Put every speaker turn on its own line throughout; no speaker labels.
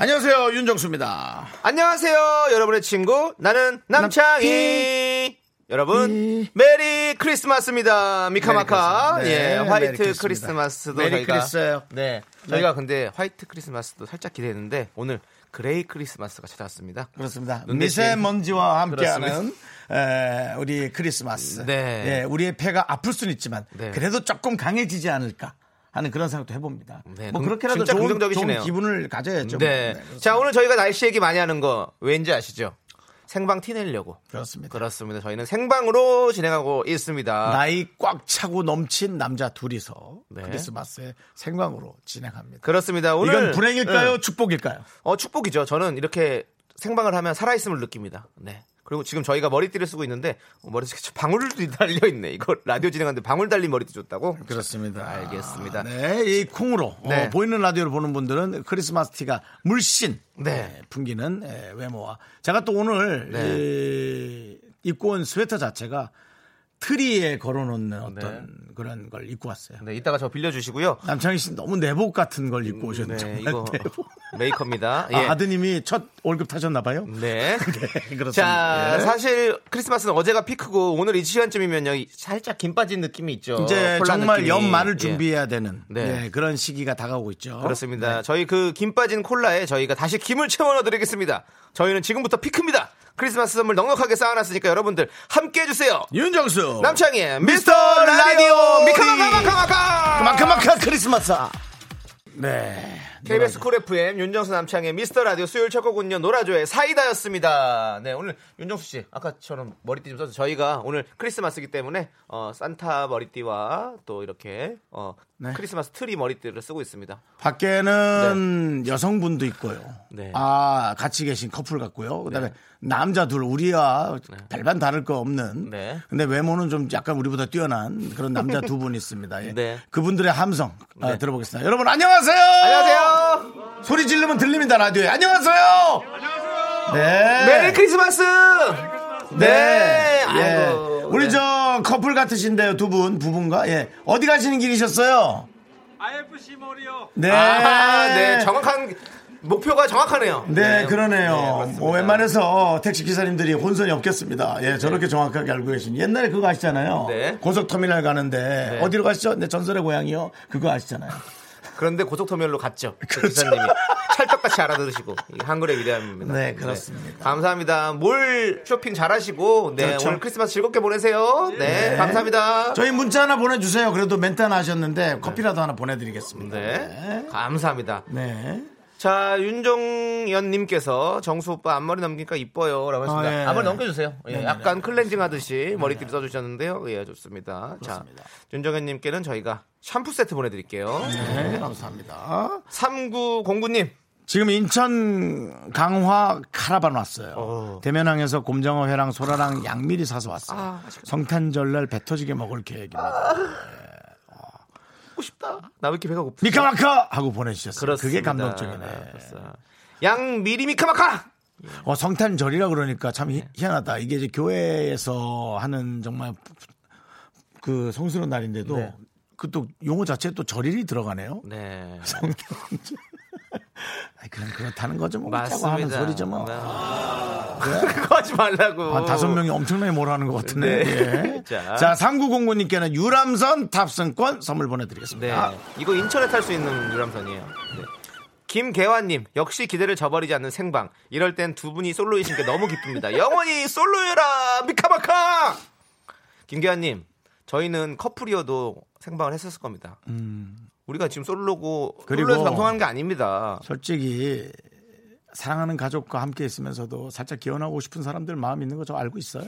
안녕하세요 윤정수입니다.
안녕하세요, 여러분의 친구. 나는 남창희. 여러분, 메리 크리스마스입니다. 미카마카.
네. 메리 크리스마스. 네,
예,
메리
화이트
크리스마스입니다.
크리스마스도
메리
저희가.
크리스예요.
네. 저희가 근데 화이트 크리스마스도 살짝 기대했는데 오늘 그레이 크리스마스가 찾아왔습니다.
그렇습니다.
눈 대신.
미세먼지와 함께하는
그렇습니다.
에, 우리 크리스마스.
네.
예, 우리의 폐가 아플 수는 있지만
네.
그래도 조금 강해지지 않을까 하는 그런 생각도 해봅니다.
네,
뭐
금-
그렇게라도
진짜
좋은,
긍정적이시네요.
좋은 기분을 가져야죠.
네.
네,
자, 오늘 저희가 날씨 얘기 많이 하는 거 왠지 아시죠? 생방 티 내려고.
그렇습니다.
그렇습니다. 저희는 생방으로 진행하고 있습니다.
나이 꽉 차고 넘친 남자 둘이서
네.
크리스마스에 생방으로 진행합니다.
그렇습니다. 오늘
이건 불행일까요?
네.
축복일까요?
어, 축복이죠. 저는 이렇게 생방을 하면 살아있음을 느낍니다. 네. 그리고 지금 저희가 머리띠를 쓰고 있는데 어, 머리띠에 방울이 달려 있네. 이거 라디오 진행하는데 방울 달린 머리띠 줬다고?
그렇습니다.
아, 알겠습니다.
네, 이 콩으로
네.
어, 보이는 라디오를 보는 분들은 크리스마스 티가 물씬
네.
예, 풍기는 예, 외모와 제가 또 오늘
네.
이, 입고 온 스웨터 자체가 트리에 걸어놓는 어떤 그런 걸 입고 왔어요.
네, 이따가 저 빌려주시고요.
남창희 씨 너무 내복 같은 걸 입고 오셨는데
네,
정말
이거 예.
내복.
메이커입니다.
아, 드님이첫 월급 타셨나 봐요.
네.
그렇습니다.
자,
예.
사실 크리스마스는 어제가 피크고 오늘 이 시간쯤이면요. 이 살짝 김 빠진 느낌이 있죠.
이제
어, 콜라
정말
느낌이.
연말을
예.
준비해야 되는
네.
예, 그런 시기가 다가오고
어?
있죠.
그렇습니다. 저희 그 김 빠진 콜라에 저희가 다시 김을 채워 넣어드리겠습니다. 저희는 지금부터 피크입니다. 크리스마스 선물 넉넉하게 쌓아놨으니까 여러분들 함께 해주세요.
윤정수
남창희의 미스터 라디오 미카마카마카마카
마카마카 크리스마스. 네.
KBS 쿨 FM 윤정수 남창희의 미스터 라디오 수요일 첫 곡은요 노라조의 사이다였습니다. 네 오늘 윤정수 씨 아까처럼 머리띠 좀 써서 저희가 오늘 크리스마스이기 때문에 어, 산타 머리띠와 또 이렇게 어,
네.
크리스마스 트리 머리띠를 쓰고 있습니다.
밖에는 여성분도 있고요.
네.
아 같이 계신 커플 같고요. 그다음에 남자 둘 우리와 별반 다를 거 없는.
네.
근데 외모는 좀 약간 우리보다 뛰어난 그런 남자 두 분 있습니다. 예.
네.
그분들의 함성 아, 들어보겠습니다. 여러분 안녕하세요.
안녕하세요.
소리 지르면 들립니다 라디오에. 안녕하세요. 안녕하세요. 네.
메리 크리스마스.
네.
네.
예.
아이고,
우리
네.
저 커플 같으신데요, 두 분, 부부인가? 예. 어디 가시는 길이셨어요?
IFC 머리요
네.
아, 네 정확한 목표가 정확하네요.
네,
네,
그러네요.
그렇습니다.
뭐 웬만해서 택시 기사님들이 혼선이 없겠습니다. 예, 저렇게 정확하게 알고 계신. 옛날에 그거 아시잖아요.
네.
고속터미널 가는데
네.
어디로 가시죠? 네, 전설의 고향이요. 그거 아시잖아요.
그런데 고속터미널로 갔죠. 그
그렇죠.
기사님이 찰떡같이 알아들으시고 이 한글의 위대함입니다.
네, 그렇습니다.
네, 감사합니다. 몰 쇼핑 잘하시고 네,
그렇죠.
오늘 크리스마스 즐겁게 보내세요. 네, 감사합니다.
저희 문자 하나 보내주세요. 그래도 멘트 하나 하셨는데 커피라도 하나 보내드리겠습니다.
네, 감사합니다.
네.
자, 윤종연님께서 정수 오빠 앞머리 넘기니까 이뻐요. 라고 했습니다.
아, 예.
앞머리 넘겨주세요. 예,
네네네.
약간 클렌징 하듯이 머리띠를 써주셨는데요. 예, 좋습니다. 자, 윤종연님께는 저희가 샴푸 세트 보내드릴게요.
네, 감사합니다.
3909님.
지금 인천 강화 카라반 왔어요.
어.
대면항에서 곰장어 회랑 소라랑 양미리 사서 왔어요. 성탄절 날 배 터지게 먹을 계획입니다.
먹고 싶다. 나 왜 이렇게 배가 고프지?
미카마카 하고 보내주셨어요.
그렇습니다. 아,
그게 감동적이네.
그렇습니다. 양미리 미카마카.
어, 성탄절이라 그러니까 참
네.
희- 희한하다. 이게 이제 교회에서 하는 정말 그 성스러운 날인데도
네.
그 또 용어 자체에 또 절일이 들어가네요.
네.
성탄절. 아이, 그냥 그렇다는 거죠. 뭐 웃자고 하는
맞습니다.
소리죠. 뭐.
네. 그거 하지 말라고.
한 다섯 명이 엄청나게 뭐라는 것 같은데.
네.
예.
자.
자, 3909님께는 유람선 탑승권 선물
네.
보내드리겠습니다.
이거 인천에 탈 수 있는 유람선이에요. 네. 김계환님 역시 기대를 저버리지 않는 생방. 이럴 땐 두 분이 솔로이신 게 너무 기쁩니다. 영원히 솔로여라 미카마카. 김계환님 저희는 커플이어도 생방을 했었을 겁니다. 우리가 지금 솔로고
음. 그리고-
솔로에서 방송하는 게 아닙니다.
솔직히 사랑하는 가족과 함께 있으면서도 살짝 기원하고 싶은 사람들 마음 있는 거 저 알고 있어요.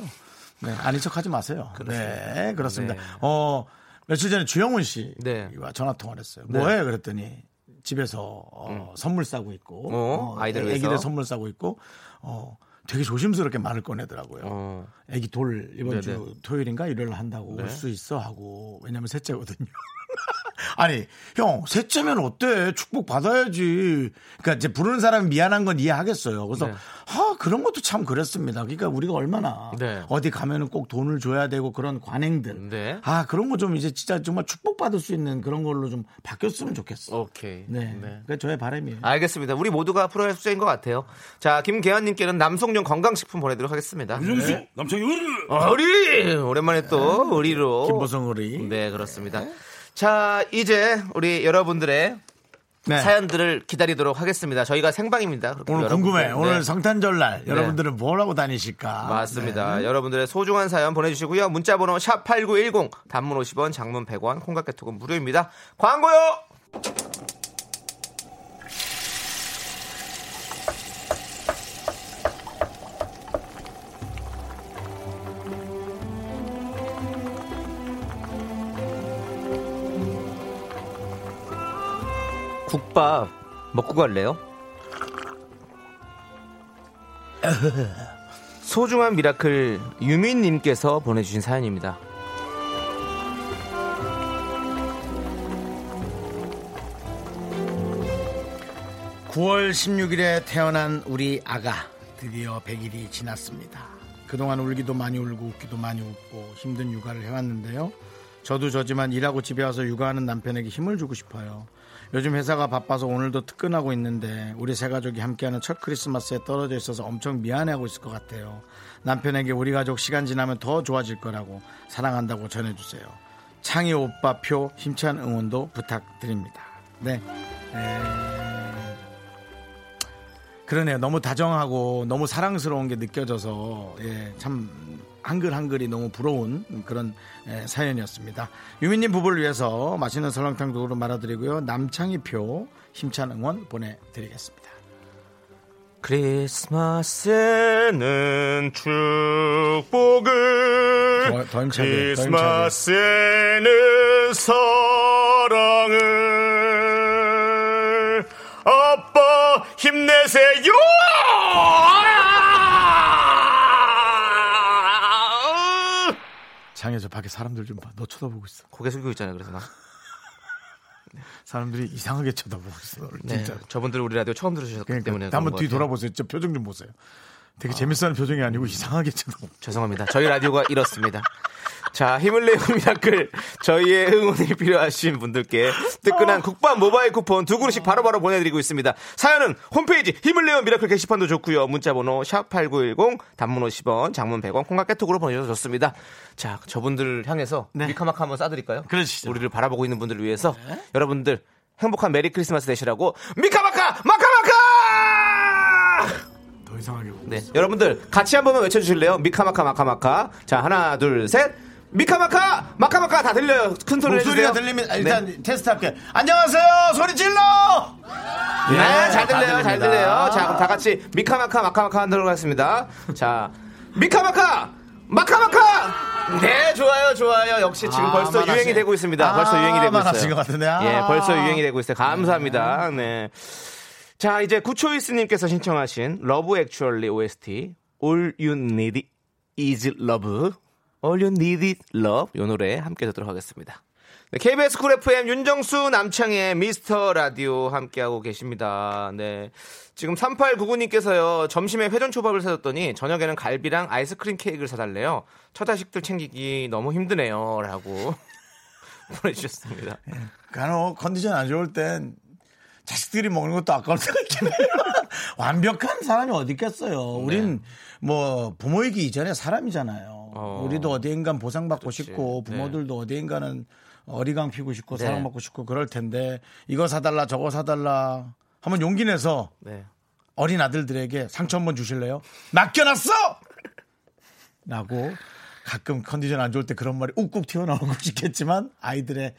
네, 아닌 척하지 마세요. 네, 그렇습니다.
네.
어 며칠 전에 주영훈 씨와
네. 음.
전화 통화를 했어요. 뭐해? 그랬더니 집에서 어, 선물 싸고 있고
어, 아이들 위해서.
애기들 선물 싸고 있고 어, 되게 조심스럽게 말을 꺼내더라고요.
어.
애기 돌 이번
네네. 네.
주 토요일인가 일요일 한다고 올 수 있어 하고 왜냐면 셋째거든요. 아니 형 셋째면 어때 축복 받아야지. 그러니까 이제 부르는 사람이 미안한 건 이해하겠어요. 그래서
네.
아 그런 것도 참 그랬습니다. 그러니까 우리가 얼마나
네.
어디 가면은 꼭 돈을 줘야 되고 그런 관행들.
네.
아 그런 거 좀 이제 진짜 정말 축복 받을 수 있는 그런 걸로 좀 바뀌었으면 좋겠어.
오케이.
네. 그게 저의 바람이에요.
알겠습니다. 우리 모두가 프로의 숙제인 것 같아요. 자, 김계환님께는 남성용 건강식품 보내드리도록 하겠습니다. 네.
윤정수 네. 남창희
어리! 오랜만에 또
네.
의리로.
김보성으로
뭐. 네, 그렇습니다. 자, 이제 우리 여러분들의 사연들을 기다리도록 하겠습니다. 저희가 생방입니다. 그렇게
네. 오늘
여러분들,
궁금해.
네.
오늘 성탄절날 여러분들은 뭘 하고 다니실까?
아, 맞습니다. 여러분들의 소중한 사연 보내주시고요. 문자번호 샵 #8910 단문 50원, 장문 100원, 콩깍개톡은 무료입니다. 광고요. 국밥 먹고 갈래요? 소중한 미라클 유민님께서 보내주신 사연입니다.
네. 9월 16일에 태어난 우리 아가 드디어 100일이 지났습니다. 그동안 울기도 많이 울고 웃기도 많이 웃고 힘든 육아를 해왔는데요. 저도 저지만 일하고 집에 와서 육아하는 남편에게 힘을 주고 싶어요. 요즘 회사가 바빠서 오늘도 특근하고 있는데 우리 세 가족이 함께하는 첫 크리스마스에 떨어져 있어서 엄청 미안해하고 있을 것 같아요. 남편에게 우리 가족 시간 지나면 더 좋아질 거라고 사랑한다고 전해주세요. 창희 오빠 표 힘찬 응원도 부탁드립니다. 네. 그러네요. 너무 다정하고 너무 사랑스러운 게 느껴져서 예, 참 한글 한글이 너무 부러운 그런 예, 사연이었습니다. 유민님 부부를 위해서 맛있는 설렁탕 도로 말아드리고요. 남창희 표 힘찬 응원 보내드리겠습니다.
크리스마스에는 축복을
더- 더 힘차게,
크리스마스에는 사랑을 아빠 힘내세요
아! 장에서 밖에 사람들 좀 봐. 너 쳐다보고 있어.
고개 숙이고 있잖아요 그래서 나
사람들이 이상하게 쳐다보고 있어. 너를
네,
진짜.
저분들 우리 라디오 처음 들으셨기 때문에
그러니까
그런
한번
것
뒤
같아요.
돌아보세요. 진짜 표정 좀 보세요. 되게 재밌어하는 표정이 아니고 이상하게 쳐다보고.
죄송합니다. 저희 라디오가 이렇습니다. 자, 힘을 내요 미라클. 저희의 응원이 필요하신 분들께 뜨끈한 국밥 모바일 쿠폰 두 그릇씩 바로바로 보내드리고 있습니다. 사연은 홈페이지 힘을 내요 미라클 게시판도 좋고요. 문자번호 샵8910 단문 50원, 장문 100원, 콩깍 깨톡으로 보내주셔서 좋습니다. 자, 저분들을 향해서 미카마카 한번 싸드릴까요?
그러시죠. 네.
우리를 바라보고 있는 분들을 위해서 여러분들 행복한 메리 크리스마스 되시라고 미카마카! 마카마카!
더 이상하게 보고.
네, 여러분들 같이 한번 외쳐주실래요? 미카마카 마카마카. 자, 하나, 둘, 셋. 미카마카 마카마카 다 들려요. 큰 소리
목소리가
해주세요.
들리면 일단 테스트 할게. 안녕하세요. 소리 질러.
네, 잘
다
들려요, 잘
들립니다.
들려요. 자, 그럼 다 같이 미카마카 마카마카 하도록 하겠습니다. 자, 미카마카 마카마카. 네, 좋아요, 좋아요. 역시 지금
아,
벌써
만화시-
유행이 되고 있습니다. 벌써
아,
유행이 되고 있어요.
만화신 것 같은데. 아.
예, 벌써 유행이 되고 있어요. 감사합니다. 네. 자, 이제 구초이스님께서 신청하신 러브 액츄얼리 OST All You Need Is Love All You Need Is Love 이 노래 함께 듣도록 하겠습니다. 네, KBS 쿨 FM 윤정수 남창의 미스터 라디오 함께하고 계십니다. 네. 지금 3899님께서요, 점심에 회전초밥을 사줬더니 저녁에는 갈비랑 아이스크림 케이크를 사달래요. 처자식들 챙기기 너무 힘드네요. 라고 보내주셨습니다.
간혹 컨디션 안 좋을 땐 자식들이 먹는 것도 아까울 때가 있긴 해요. 완벽한 사람이 어디 있겠어요.
네.
우린 뭐 부모이기 이전에 사람이잖아요.
어.
우리도 어디인간 보상받고
그렇지.
싶고
네.
부모들도 어디인가는 어리광 피고 싶고
네.
사랑받고 싶고 그럴 텐데 이거 사달라 저거 사달라 한번 용기 내서
네.
어린 아들들에게 상처 한번 주실래요? 맡겨놨어! 라고 가끔 컨디션 안 좋을 때 그런 말이 욱욱 튀어나오고 싶겠지만 아이들의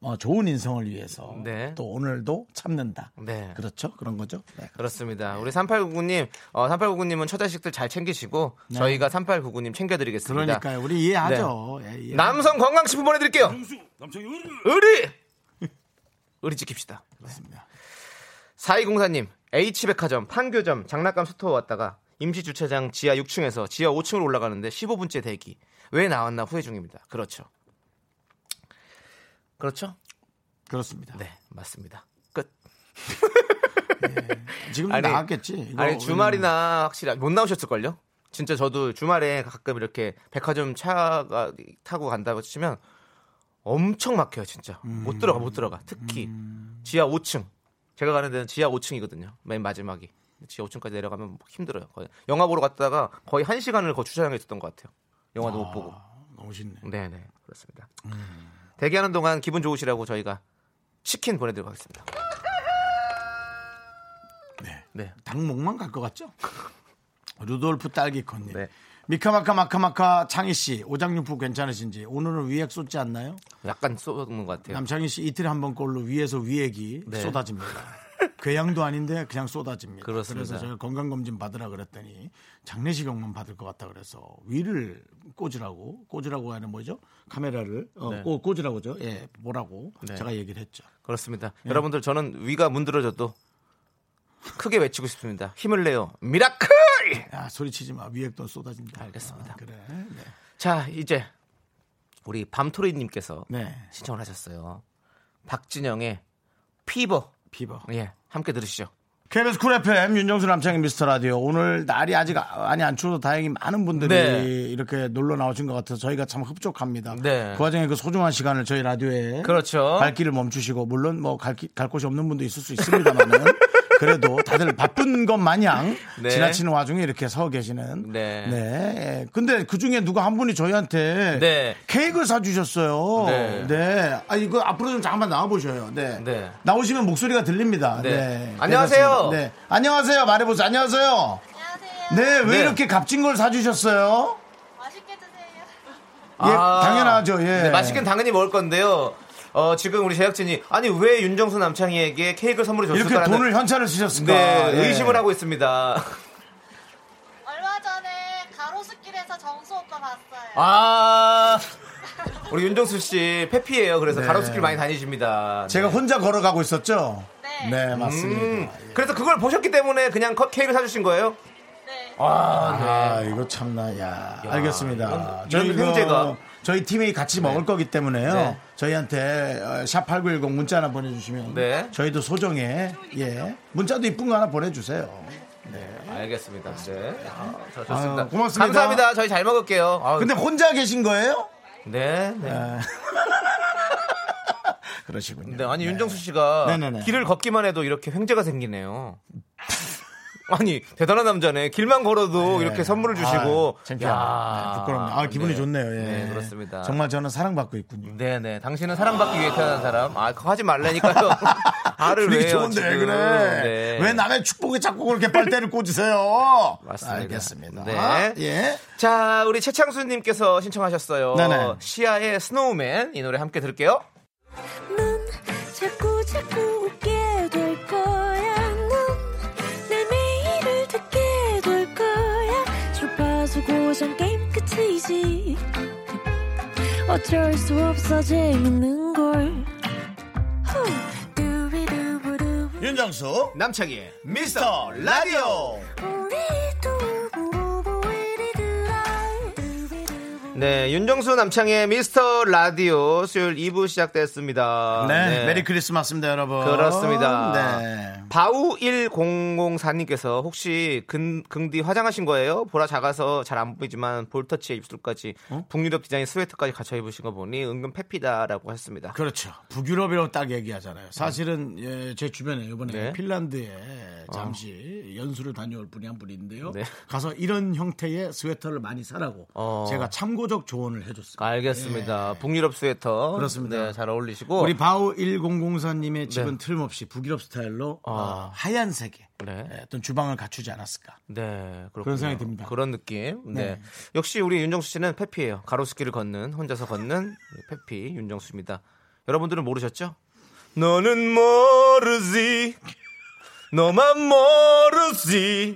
어, 좋은 인성을 위해서
네.
또 오늘도 참는다.
네.
그렇죠? 그런 거죠? 네.
그렇습니다. 우리 3899님, 어, 3899님은 처자식들 잘 챙기시고 저희가 3899님 챙겨드리겠습니다.
네.
네.
그러니까요. 우리 이해하죠. 예, 이해.
남성 건강식품 보내드릴게요.
남창희
의리! 의리 지킵시다.
그렇습니다.
4204님, H백화점, 판교점, 장난감 스토어 왔다가 임시 주차장 지하 6층에서 지하 5층으로 올라가는데 15분째 대기. 왜 나왔나 후회 중입니다. 그렇죠. 그렇죠?
그렇습니다.
네, 맞습니다. 끝.
지금
아니,
나왔겠지. 이거 음.
아니 주말이나 확실히 못 나오셨을걸요? 진짜 저도 주말에 가끔 이렇게 백화점 차가 타고 간다고 치면 엄청 막혀요 진짜
음.
못 들어가 못 들어가 특히 지하 5층 제가 가는 데는 지하 5층이거든요 맨 마지막이 지하 5층까지 내려가면 뭐 힘들어요 거의. 영화 보러 갔다가 거의 한 시간을 거 주차장에 있었던 것 같아요 영화도 못 보고
음, 너무 쉽네.
네네 그렇습니다
음.
대기하는 동안 기분 좋으시라고 저희가 치킨 보내드리고 가겠습니다
네.
네
닭목만 갈 것 같죠? 루돌프 딸기콘님.
네.
미카마카 마카마카 창희 씨 오장육부 괜찮으신지 오늘은 위액 쏟지 않나요?
약간 쏘는 것 같아요
남창희 씨 이틀에 한 번 꼴로 위에서 위액이
예. 네.
쏟아집니다. 괴양도 아닌데 그냥 쏟아집니다.
그렇습니다.
래서 제가 건강 검진 받으라 그랬더니 장례식용만 받을 것 같다 그래서 위를 꽂으라고 꽂으라고 하는 뭐죠? 카메라를 어, 꽂- 꽂으라고죠. 예, 뭐라고
네.
제가 얘기를 했죠.
그렇습니다.
예.
여러분들 저는 위가 문드러져도 크게 외치고 싶습니다. 힘을 내요. 미라클!
야, 소리치지 마. 위액돈 쏟아진다.
알겠습니다.
아, 그래. 네.
자, 이제 우리 밤토리 님께서
네.
신청을 하셨어요. 박진영의 피버.
피버.
예. 함께 들으시죠.
KBS 쿨 FM 윤정수 남창희 미스터 라디오 오늘 날이 아직 많이 안 추워서 다행히 많은 분들이
네.
이렇게 놀러 나오신 것 같아서 저희가 참 흡족합니다.
네.
그 와중에 그 소중한 시간을 저희 라디오에
그렇죠.
갈 길을 멈추시고 물론 뭐 갈 곳이 없는 분도 있을 수 있습니다만은 그래도 다들 바쁜 것 마냥
네.
지나치는 와중에 이렇게 서 계시는
네.
네. 근데 그 중에 누가 한 분이 저희한테
네.
케이크를 사주셨어요.
네.
아 이거 앞으로 좀 잠깐만 나와 보셔요. 네.
네.
나오시면 목소리가 들립니다.
네.
네.
안녕하세요.
괜찮습니다. 네. 안녕하세요. 말해보세요. 안녕하세요.
안녕하세요.
네. 왜
네.
이렇게 값진 걸 사주셨어요?
맛있게 드세요.
예, 당연하죠. 예.
아, 네, 맛있긴 당연히 먹을 건데요. 어, 지금 우리 제작진이 아니 왜 윤정수 남창희에게 케이크를 선물해
이렇게
줬을까라는
돈을 현찰을 쓰셨을까?
네,
예.
의심을 하고 있습니다.
얼마 전에 가로수길에서 정수 오빠 봤어요.
아 우리 윤정수 씨 페피예요. 그래서
네.
가로수길 많이 다니십니다. 네.
제가 혼자 걸어가고 있었죠?
네.
네, 맞습니다.
음, 그래서 그걸 보셨기 때문에 그냥 컵 케이크를 사주신 거예요?
네.
아, 이거 참나, 야. 알겠습니다.
이런-
저희
이런
그-
형제가.
저희 팀이 같이 먹을 거기 때문에요.
네.
저희한테 어, 샵8910 문자 하나 보내주시면
네.
저희도 소정에 예 문자도 이쁜 거 하나 보내주세요.
알겠습니다. 네. 아, 자,
아유, 고맙습니다.
감사합니다. 저희 잘 먹을게요. 아유,
근데 혼자 계신 거예요? 아.
네, 네.
그러시군요.
네, 아니 윤정수 씨가
네네네.
길을 걷기만 해도 이렇게 횡재가 생기네요. 아니 대단한 남자네. 길만 걸어도
네.
이렇게 선물을 주시고.
아, 창피합니다. 네, 부끄럽네요. 아, 기분이
네.
좋네요. 예.
네, 그렇습니다.
정말 저는 사랑받고 있군요.
네네. 당신은 사랑받기 위해 태어난 사람. 아, 그거 하지 말라니까요. 알을
분위기
왜요?
좋은데 왜
지금.
그래?
네.
왜 남의 축복에 자꾸 그렇게 빨대를 꽂으세요?
맞습니다.
알겠습니다.
네.
예.
자, 우리 최창수님께서 신청하셨어요.
네네.
시아의 스노우맨 이 노래 함께 들을게요.
넌 자꾸 자꾸 웃게 될 거야. 넌내 매일을 듣게 될 거야. 주파수 고정 게임 끝이지. 어쩔 수 없어 재밌는 걸. 후. 두비두부두.
윤정수
남창희의
미스터 라디오.
우리 두부부부 우리들아. 두비두부.
네, 윤정수 남창희의 미스터 라디오 수요일 2부 시작됐습니다.
네, 메리 크리스마스입니다, 여러분.
아, 그렇습니다.
네.
바우1004님께서 혹시 근, 긍디 화장하신 거예요? 보라 작아서 잘 안 보이지만 볼터치에 입술까지
어?
북유럽 디자인 스웨터까지 갖춰 입으신 거 보니 은근 페피다라고 했습니다.
그렇죠. 북유럽이라고 딱 얘기하잖아요. 사실은 예, 제 주변에 이번에
네. 어.
핀란드에 잠시 연수를 다녀올 분이 한 분인데요.
네.
가서 이런 형태의 스웨터를 많이 사라고
어.
제가 참고적 조언을 해줬습니다.
알겠습니다. 네. 북유럽 스웨터.
그렇습니다.
네, 잘 어울리시고.
우리 바우 1004님의 집은
네. 아.
틀림없이 북유럽 스타일로 어, 하얀색의
네.
예, 어떤 주방을 갖추지 않았을까.
네, 그렇군요.
그런 생각이 듭니다.
그런 느낌. 네. 역시 우리 윤정수 씨는 페피예요. 가로수길을 걷는 혼자서 걷는 페피 윤정수입니다. 여러분들은 모르셨죠? 너는 모르지. 너만 모르지.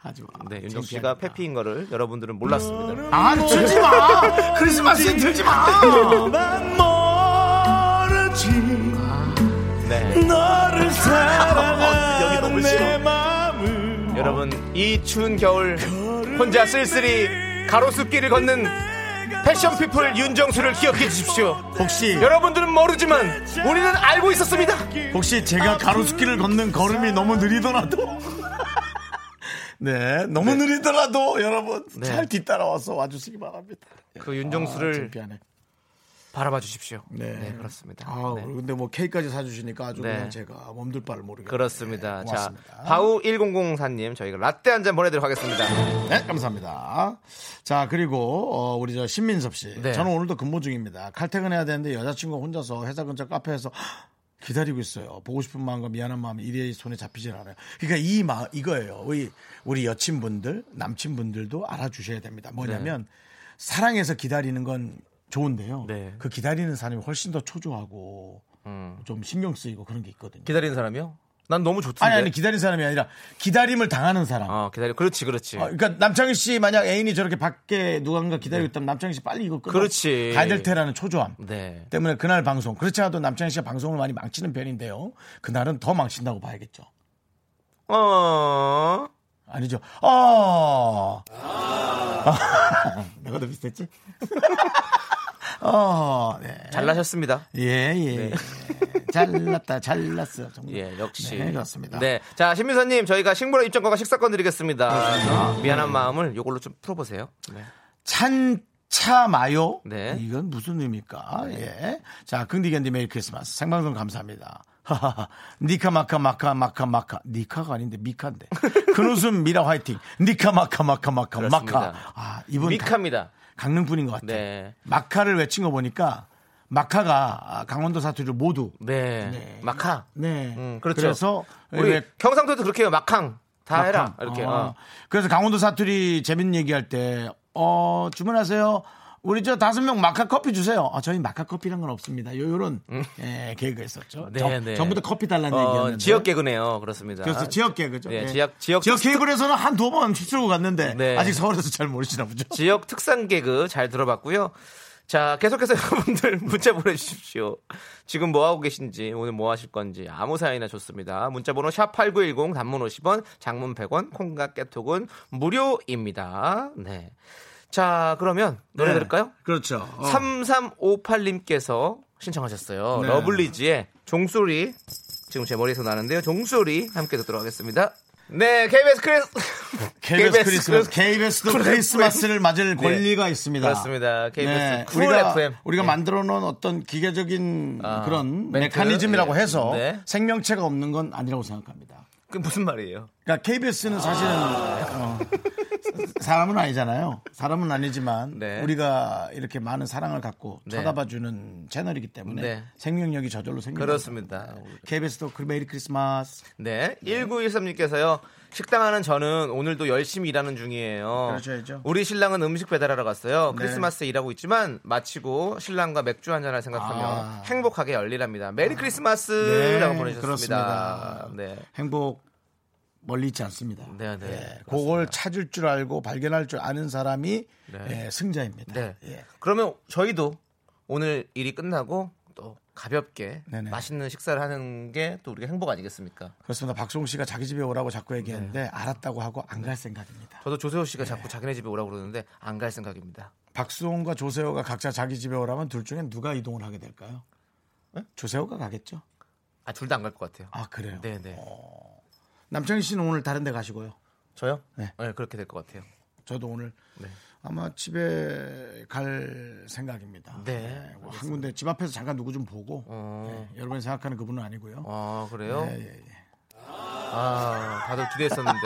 하지 마.
네, 윤정수 씨가 페피인 거를 여러분들은 몰랐습니다.
아, 들지 마! 크리스마스에 들지 마!
네.
너를 사랑하
어, 여러분 이 추운 겨울 혼자 쓸쓸히 가로수길을 걷는 패션 피플 윤정수를 기억해 주십시오.
혹시
여러분들은 모르지만 우리는 알고 있었습니다.
혹시 제가 가로수길을 걷는 걸음이 너무 느리더라도 네 너무 느리더라도 여러분
네.
잘 뒤따라와서 와주시기 바랍니다.
그
아,
윤정수를
창피하네.
바라봐 주십시오.
네.
네, 그렇습니다.
아
네.
근데 뭐 케이까지 사주시니까 아주
네.
그냥 제가 몸둘 바를 모르겠네요.
그렇습니다.
네,
자,
고맙습니다.
바우 1004님 저희가 라떼 한 잔 보내드리도록 하겠습니다.
네, 감사합니다. 자, 그리고 어, 우리 저 신민섭 씨.
네.
저는 오늘도 근무 중입니다. 칼퇴근해야 되는데 여자친구 혼자서 회사 근처 카페에서 기다리고 있어요. 보고 싶은 마음과 미안한 마음이 이리 손에 잡히질 않아요. 그러니까 이 마, 이거예요. 우리, 우리 여친분들, 남친분들도 알아주셔야 됩니다. 뭐냐면 사랑해서 기다리는 건 좋은데요.
네. 음.
그 기다리는 사람이 훨씬 더 초조하고 좀 신경 쓰이고 그런 게 있거든요.
기다리는 사람이요? 난 너무 좋던데.
아니, 아니, 기다린 사람이 아니라 기다림을 당하는 사람.
어, 기다려. 그렇지, 그렇지.
아, 그러니까 남창희 씨 만약 애인이 저렇게 밖에 누군가 기다리고 있다면 남창희 씨 빨리 이거 끊어.
예. 그렇지.
가야 될 테라는 초조함.
네.
때문에 그날 방송 그렇지 않아도 남창희 씨가 방송을 많이 망치는 편인데요. 그날은 더 망친다고 봐야겠죠.
어.
아니죠. 어. 내가 더 비슷했지? 어. 네.
잘나셨습니다. 네.
예, 예. 잘났다. 잘났어. 정말.
예, 역시.
네, 그렇습니다.
네. 자, 신민서님, 저희가 식물원 입장권과 식사권 드리겠습니다. 아, 미안한 마음을 요걸로 좀 풀어보세요.
음,
네.
찬차 마요?
네.
이건 무슨 의미입니까? 예. 자, 긍디견디 메리 크리스마스. 생방송 감사합니다. 하하하. 니카 마카 마카 마카 마카. 니카가 아닌데 미카인데. 큰 웃음 미라 화이팅. 니카 마카 마카 마카 마카.
그렇습니다.
아, 이분 강-
미카입니다.
강릉 분인 것 같아요.
네.
마카를 외친 거 보니까 마카가 아, 강원도 사투리를 모두
네.
네.
마카.
네.
음, 그렇죠.
래서
우리 경상도도 그렇게 해요. 마캉. 다 해라. 이렇게.
아,
어.
그래서 강원도 사투리 재밌는 얘기할 때, 어, 주문하세요. 우리 저 다섯 명 마카 커피 주세요. 아, 저희 마카 커피란 건 없습니다. 요, 요런, 예, 개그가 있었죠.
음. 네,
전-
네.
전부 다 커피 달라는
어,
얘기였는데.
지역 개그네요. 그렇습니다.
그래서 지역 개그죠.
네,
예.
지역- 지역-
케이블에서는 한 두 번 휩쓸고 갔는데,
네.
아직 서울에서 잘 모르시나 보죠.
지역 특산 개그 잘 들어봤고요. 자, 계속해서 여러분들 문자 보내주십시오. 지금 뭐 하고 계신지, 오늘 뭐 하실 건지, 아무 사연이나 좋습니다. 문자번호 샵8910, 단문 50원, 장문 100원, 콩과 깨톡은 무료입니다. 네. 자, 그러면 노래
네.
들을까요?
그렇죠. 어.
3358님께서 신청하셨어요.
네.
러블리즈의 종소리. 지금 제 머리에서 나는데요. 종소리 함께 듣도록 하겠습니다. 네, KBS 크리스.
KBS 크리스마스.
크리스-
KBS도
쿨
크리스마스를 맞을 권리가 있습니다.
그렇습니다. KBS 쿨
네, 우리가,
FM.
우리가
네.
만들어 놓은 어떤 기계적인
아,
그런
멘트.
메커니즘이라고
예.
해서
네.
생명체가 없는 건 아니라고 생각합니다.
그 무슨 말이에요?
그러니까 KBS는 사실은 어, 사람은 아니잖아요. 사람은 아니지만
네.
우리가 이렇게 많은 사랑을 갖고
네.
쳐다봐주는 채널이기 때문에
네.
생명력이 저절로 생기는
그렇습니다.
거죠. KBS도 그 메리 크리스마스.
네. 1913님께서요. 식당하는 저는 오늘도 열심히 일하는 중이에요.
그렇죠, 그러셔야죠.
우리 신랑은 음식 배달하러 갔어요.
네.
크리스마스 일하고 있지만 마치고 신랑과 맥주 한잔을 생각하며
아.
행복하게 열일합니다. 메리
네,
크리스마스라고 보내주셨습니다.
그렇습니다.
네.
행복 멀리 있지 않습니다.
네, 네.
예, 그걸 찾을 줄 알고 발견할 줄 아는 사람이 예, 승자입니다.
네.
예.
그러면 저희도 오늘 일이 끝나고 또 가볍게
네네.
맛있는 식사를 하는 게 또 우리가 행복 아니겠습니까?
그렇습니다. 박송 씨가 자기 집에 오라고 자꾸 얘기했는데 알았다고 하고 안 갈 생각입니다.
저도 네. 조세호 씨가 자꾸 자기네 집에 오라고 그러는데 안 갈 생각입니다.
박수홍과 조세호가 각자 자기 집에 오라면 둘 중에 누가 이동을 하게 될까요? 예? 조세호가 가겠죠.
아, 둘 다 안 갈 것 같아요.
아 그래요.
네네.
남창희 씨는 오늘 다른 데 가시고요.
저요?
네.
네. 그렇게 될 것 같아요.
저도 오늘
네.
아마 집에 갈 생각입니다.
네,
뭐한 군데 집 앞에서 잠깐 누구 좀 보고
어.
네, 여러분이 생각하는 그분은 아니고요.
아, 그래요?
예, 예, 예.
아, 다들 기대했었는데.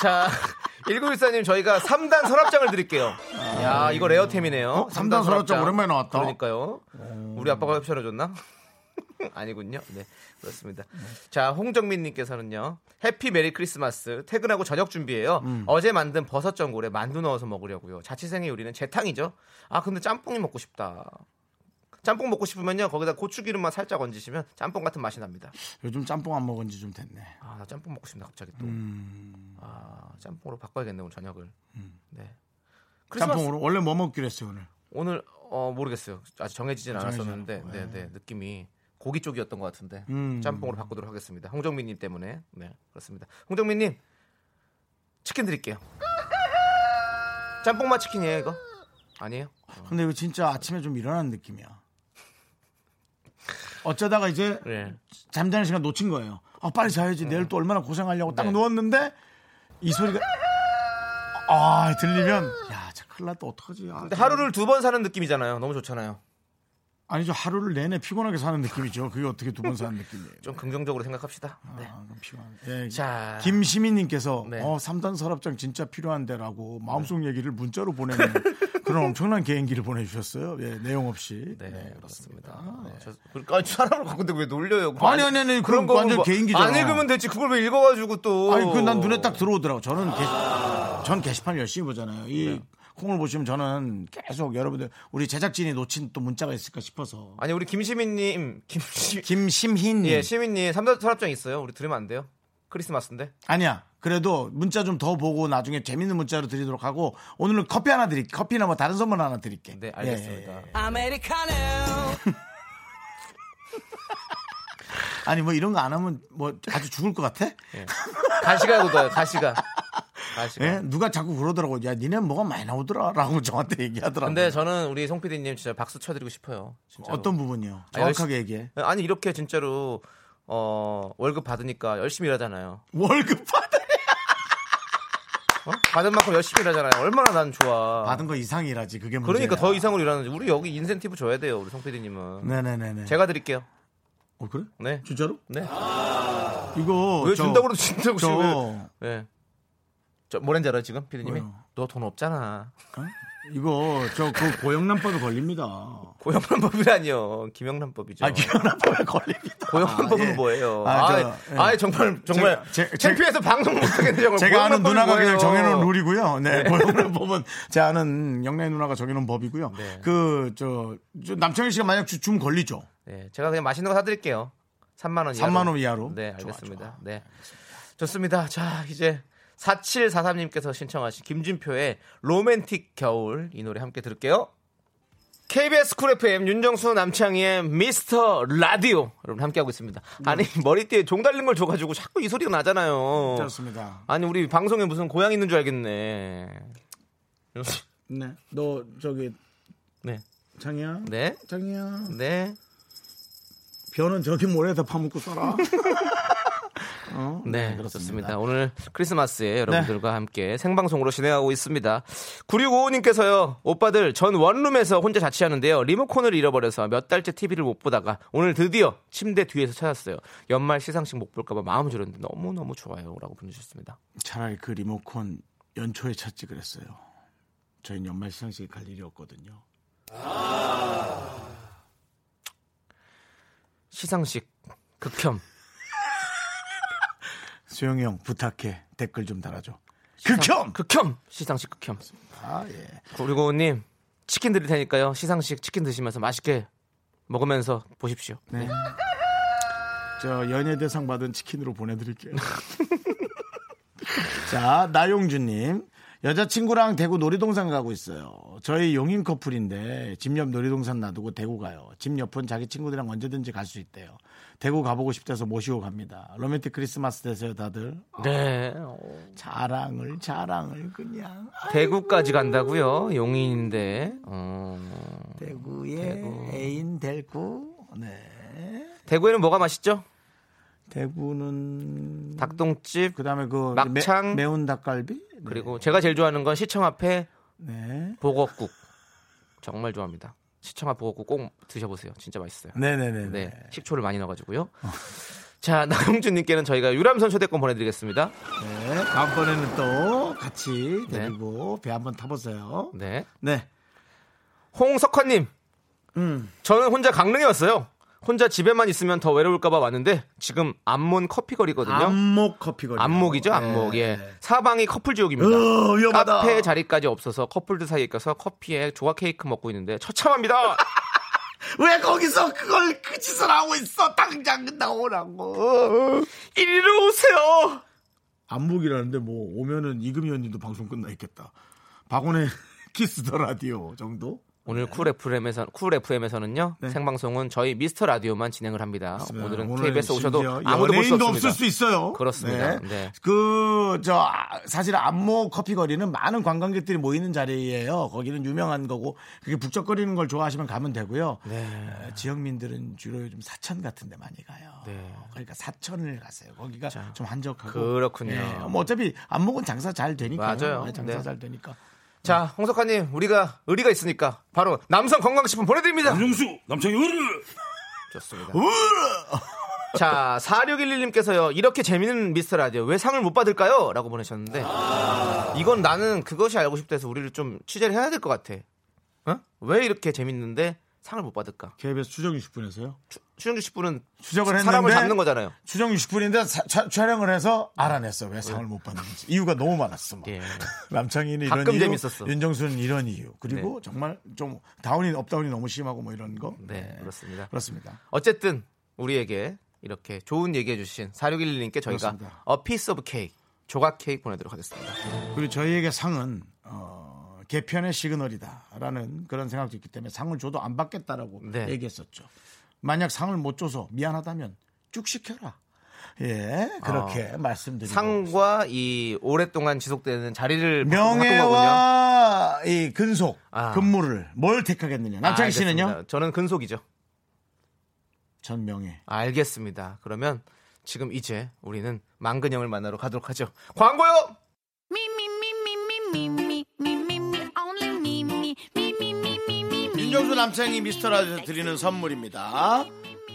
자, 1914님, 저희가 3단 서랍장을 드릴게요. 야, 이거 레어템이네요.
어? 삼단 서랍장 오랜만에 나왔다. 음.
그러니까요. 우리 아빠가 협찬해줬나? 아니군요. 네, 그렇습니다. 자, 홍정민님께서는요. 해피 메리 크리스마스. 퇴근하고 저녁 준비해요.
음.
어제 만든 버섯 전골에 만두 넣어서 먹으려고요. 자취생의 요리는 재탕이죠. 아, 근데 짬뽕이 먹고 싶다. 짬뽕 먹고 싶으면요. 거기다 고추기름만 살짝 얹으시면 짬뽕 같은 맛이 납니다.
요즘 짬뽕 안 먹은 지 좀 됐네.
아, 나 짬뽕 먹고 싶다 갑자기 또.
음.
아, 짬뽕으로 바꿔야겠네 오늘 저녁을. 네. 크리스마스
짬뽕으로 원래 뭐 먹기로 했어요 오늘.
오늘 어 모르겠어요. 아직 정해지진
정해지지
않았었는데,
않았고,
네, 네, 느낌이 고기 쪽이었던 것 같은데
음.
짬뽕으로 바꾸도록 하겠습니다. 홍정민님 때문에 네 그렇습니다. 홍정민님 치킨 드릴게요. 짬뽕맛 치킨이에요 이거? 아니에요?
근데 이거 진짜 아침에 좀 일어난 느낌이야. 어쩌다가 이제
네.
잠자는 시간 놓친 거예요. 아, 빨리 자야지. 내일 또 얼마나 고생하려고 딱
네.
누웠는데 이 소리가 아, 들리면 야, 저 큰일 났다. 어떡하지? 아,
근데 하루를 두 번 사는 느낌이잖아요. 너무 좋잖아요.
아니죠. 하루를 내내 피곤하게 사는 느낌이죠. 그게 어떻게 두 번 사는 느낌이에요.
좀 긍정적으로 생각합시다. 네.
아, 그럼 피곤. 예.
자.
김시민님께서
네.
어, 3단 서랍장 진짜 필요한데라고 마음속 얘기를 문자로 보내는 그런 엄청난 개인기를 보내주셨어요. 예, 내용 없이.
네,
네.
그렇습니다. 아, 저, 그- 아니, 사람을 갖고 근데 왜 놀려요? 그거
아니, 아니, 아니, 그건
거는 뭐
완전 개인기잖아.
안 읽으면 됐지. 그걸 왜 읽어가지고 또.
아니 그 난 눈에 딱 들어오더라고. 저는 게시,
아.
전 게시판 열심히 보잖아요. 이
네.
콩을 보시면 저는 계속 여러분들 우리 제작진이 놓친 또 문자가 있을까 싶어서.
아니, 우리 김시민님, 김시,
김심희님.
예, 시민님, 삼단 서랍장 있어요. 우리 들으면 안 돼요. 크리스마스인데.
아니야. 그래도 문자 좀 더 보고 나중에 재밌는 문자로 드리도록 하고 오늘은 커피 하나 드릴게. 커피나 뭐 다른 선물 하나 드릴게.
네, 알겠습니다.
예, 예, 예. 아니 뭐 이런 거 안 하면 뭐 아주 죽을 것 같아?
예. 가시가 묻어요, 가시가. 가시가.
예? 누가 자꾸 그러더라고. 야, 니네 뭐가 많이 나오더라라고 저한테 얘기하더라고.
근데 저는 우리 송 PD님 진짜 박수 쳐드리고 싶어요. 진짜로.
어떤 부분이요?
아니, 열시-
정확하게 얘기해.
아니 이렇게 진짜로 어 월급 받으니까 열심히 일하잖아요.
월급 받아.
어? 받은 만큼 열심히 일하잖아요. 얼마나 난 좋아.
받은 거 이상이라지 그게 문제.
그러니까 더 이상으로 일하는지 우리 여기 인센티브 줘야 돼요, 우리 송 PD님은.
네네네네.
제가 드릴게요.
어 그래?
네.
진짜로?
네.
이거
왜
저-
준다고 그래도 진짜 혹시
저-
왜? 네. 저 뭐라는지 알아 지금 피디님이?
뭐요?
너 돈 없잖아.
어? 이거 저 그 고영란법에 걸립니다.
아, 고영란법이라니요. 김영란법이죠.
아 기현란법에 걸립니다.
고영란법은
예.
뭐예요?
아,
아,
저, 예.
아, 정말 정말
제- 제-
창피해서 방송 못하겠네 정말.
제가 아는
고영란법이
누나가 그냥
뭐예요?
정해놓은 룰이고요. 네, 고영란법은 제 아는 영래 누나가 정해놓은 법이고요.
네.
그저 저 남창희 씨가 만약 주- 좀 걸리죠.
네, 제가 그냥 맛있는 거 사드릴게요. 3만 원 이하로.
3만 원 이하로?
네,
좋아,
알겠습니다.
좋아.
네, 좋습니다. 자, 이제 4743님께서 신청하신 김준표의 로맨틱 겨울 이 노래 함께 들을게요. KBS 쿨 FM 윤정수 남창희의 미스터 라디오 여러분 함께하고 있습니다.
네.
아니 머리띠에 종 달린 걸 줘가지고 자꾸 이 소리가 나잖아요.
그렇습니다.
아니 우리 방송에 무슨 고양이 있는 줄 알겠네.
네, 너 저기
네,
창희야.
네,
창희야.
네,
변은 저기 모래에다 파묻고 써라.
네,
그렇습니다. 네.
그렇습니다. 오늘 크리스마스에 여러분들과 함께 생방송으로 진행하고 있습니다. 9655님께서요, 오빠들 전 원룸에서 혼자 자취하는데요. 리모컨을 잃어버려서 몇 달째 TV를 못 보다가 오늘 드디어 침대 뒤에서 찾았어요. 연말 시상식 못 볼까봐 마음 졸였는데 너무너무 좋아요. 라고 보내주셨습니다.
차라리 그 리모컨 연초에 찾지 그랬어요. 저희는 연말 시상식에 갈 일이 없거든요.
시상식, 극혐.
수영이 형 부탁해 댓글 좀 달아줘. 극혐.
극혐! 시상식 극혐.
아 예.
9655님, 치킨 드릴 테니까요. 시상식 치킨 드시면서 맛있게 먹으면서 보십시오.
네. 저 연예 대상 받은 치킨으로 보내드릴게요. 자 나용주님 여자친구랑 대구 놀이동산 가고 있어요. 저희 용인 커플인데 집 옆 놀이동산 놔두고 대구 가요. 집 옆은 자기 친구들이랑 언제든지 갈 수 있대요. 대구 가보고 싶다서 모시고 갑니다. 로맨틱 크리스마스 되세요 다들.
네. 어,
자랑을 자랑을 그냥
대구까지 간다고요? 용인인데. 어...
대구에 애인 대구 네
대구에는 뭐가 맛있죠?
대구는
닭똥집
그다음에 그
막창.
매, 운 닭갈비 네.
그리고 제가 제일 좋아하는 건 시청 앞에
네
보거국. 정말 좋아합니다. 시청 앞 보거국 꼭 드셔보세요. 진짜 맛있어요.
네네네
네. 식초를 많이 넣어가지고요. 자, 나영준님께는 저희가 유람선 초대권 보내드리겠습니다.
네, 다음번에는 또 같이 데리고 배 한번 타보세요
네.
네
홍석환님.
음.
저는 혼자 강릉에 왔어요. 혼자 집에만 있으면 더 외로울까봐 왔는데 지금 암몬 커피거리거든요.
안목 커피거리
안목이죠, 안목.
네.
예. 사방이 커플 지옥입니다.
으, 어, 위험하다.
카페 자리까지 없어서 커플들 사이에 껴서 커피에 조각 케이크 먹고 있는데 처참합니다.
왜 거기서 그걸 그 짓을 하고 있어 당장 나오라고
이리로 오세요.
안목이라는데 뭐 오면은 이금희 언니도 방송 끝나 있겠다 박원의 키스 더 라디오 정도
오늘 쿨 FM에서 쿨 FM에서는요
네.
생방송은 저희 미스터 라디오만 진행을 합니다.
맞습니다.
오늘은
오늘은
KBS 오셔도
심지어
아무도 볼 수
연예인도
없습니다.
없을 수 있어요.
그렇습니다. 네.
그저 사실 안모 커피 거리는 많은 관광객들이 모이는 자리예요. 거기는 유명한 거고 그게 북적거리는 걸 좋아하시면 가면 되고요.
네.
에, 지역민들은 주로 요즘 사천 같은데 많이 가요. 그러니까 사천을 가세요. 거기가 좀 한적하고
네. 그렇군요.
예, 뭐 어차피 안목은 장사 잘 되니까.
맞아요.
장사
네.
잘 되니까.
자, 홍석환님 우리가 의리가 있으니까 바로 남성 건강식품 보내드립니다.
윤수 남창이 으르
좋습니다. 자, 4611님께서요, 이렇게 재밌는 미스터 라디오, 왜 상을 못 받을까요? 라고 보내셨는데, 이건 나는 그것이 알고 싶다 해서 우리를 좀 취재를 해야 될 것 같아. 어? 왜 이렇게 재밌는데 상을 못 받을까?
KBS 추정 60분에서요.
추정주 씨 분은
추적을 했는데
사람을 잡는 거잖아요.
추정 60분인데 촬영을 해서 알아냈어. 왜 상을 못 받는지. 이유가 너무 많았어. 뭐. 막.
예.
남창희는 이런
가끔
이유,
재밌었어.
윤정수는 이런 이유. 그리고 정말 좀 다운이 업다운이 너무 심하고 뭐 이런 거.
네, 그렇습니다.
그렇습니다.
어쨌든, 우리에게 이렇게 좋은 얘기 해주신 4611님께 저희가
그렇습니다.
어 피스 오브 케이크, 조각 케이크 보내도록 하겠습니다.
그리고 저희에게 상은 어, 개편의 시그널이다라는 그런 생각도 있기 때문에 상을 줘도 안 받겠다라고
네.
얘기했었죠. 만약 상을 못 줘서 미안하다면 쭉 시켜라. 예, 그렇게 말씀드리고
아, 상과 이 오랫동안 지속되는 자리를 바꾼 거군요.
명예와 이 근속
아.
근무를 뭘 택하겠느냐. 남창희
아,
씨는요?
알겠습니다. 저는 근속이죠.
전 명예.
알겠습니다. 그러면 지금 이제 우리는 망근형을 만나러 가도록 하죠. 광고요.
Me, me, me, me, me, me, me, me, me, me, only me, me, me, me, me, me, me, me.
윤정수 남창희 미스터라에서 드리는 선물입니다.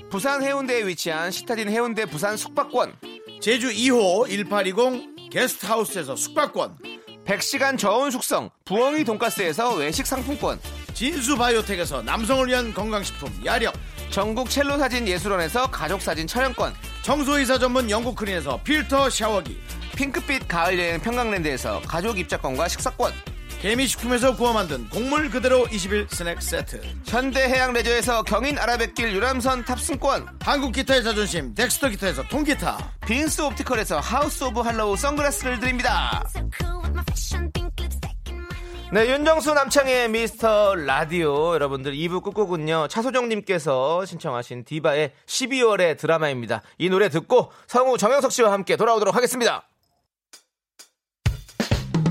부산 해운대에 위치한 시타딘 해운대 부산 숙박권,
제주 2호 1820 게스트하우스에서 숙박권
100시간 저온 숙성 부엉이 돈가스에서 외식 상품권,
진수 바이오텍에서 남성을 위한 건강식품 야력
전국 첼로 사진 예술원에서 가족 사진 촬영권,
청소이사 전문 영국 크린에서 필터 샤워기
핑크빛 가을 여행 평강랜드에서 가족 입장권과 식사권,
개미식품에서 구워 만든 곡물 그대로 21 스낵 세트
현대 해양 레저에서 경인 아라뱃길 유람선 탑승권,
한국 기타의 자존심 덱스터 기타에서 통기타
빈스 옵티컬에서 하우스 오브 할로우 선글라스를 드립니다.
So cool with my fashion, pink lipstick and my neon
네, 윤정수 남창의 미스터 라디오 여러분들 2부 끝곡은요. 차소정님께서 신청하신 디바의 12월의 드라마입니다. 이 노래 듣고 성우 정영석 씨와 함께 돌아오도록 하겠습니다.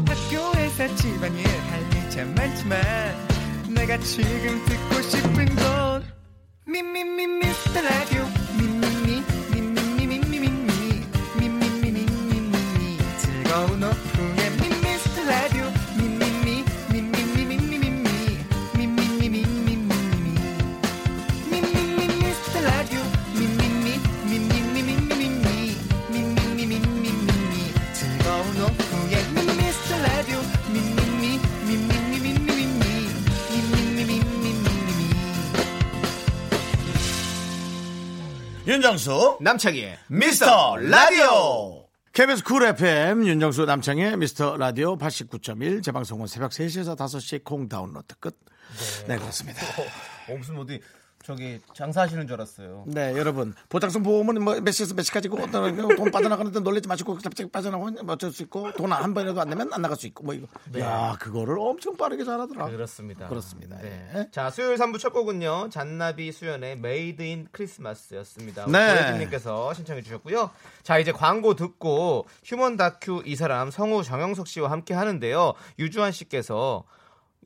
학교에서 집안일 할 일 참 많지만 내가 지금 듣고 싶은 건 미미미 미스터 라디오 미미미 미미미 미미미 미미미 미미미 미미미 즐거운 오후에 미스터 라디오 미미미 미미미 미미미 미미미 미미미 미미미
윤정수
남창희의
미스터 라디오
어,
KBS 쿨 FM 윤정수 남창의 미스터 라디오 89.1 재방송은 새벽 3시에서 5시 콩 다운로드 끝 네 그렇습니다
무슨 어디 저기 장사하시는 줄 알았어요.
네, 여러분. 보장성 보험은 뭐 몇 시에서 몇 시까지고 어떤 뭐 돈 빠져나가는데 놀라지 마시고 갑자기 빠져나가면 뭐 어쩔 수 있고 돈 한 번이라도 안 내면 안 나갈 수 있고 뭐 이거. 야, 그거를 엄청 빠르게 잘하더라.
네. 그렇습니다.
그렇습니다.
네.
예.
자, 수요일 3부 첫 곡은요. 잔나비 수연의 메이드 인 크리스마스였습니다.
네.
네. 조혜진님께서 신청해 주셨고요. 자, 이제 광고 듣고 휴먼 다큐 이 사람 성우 정영석 씨와 함께 하는데요. 유주환 씨께서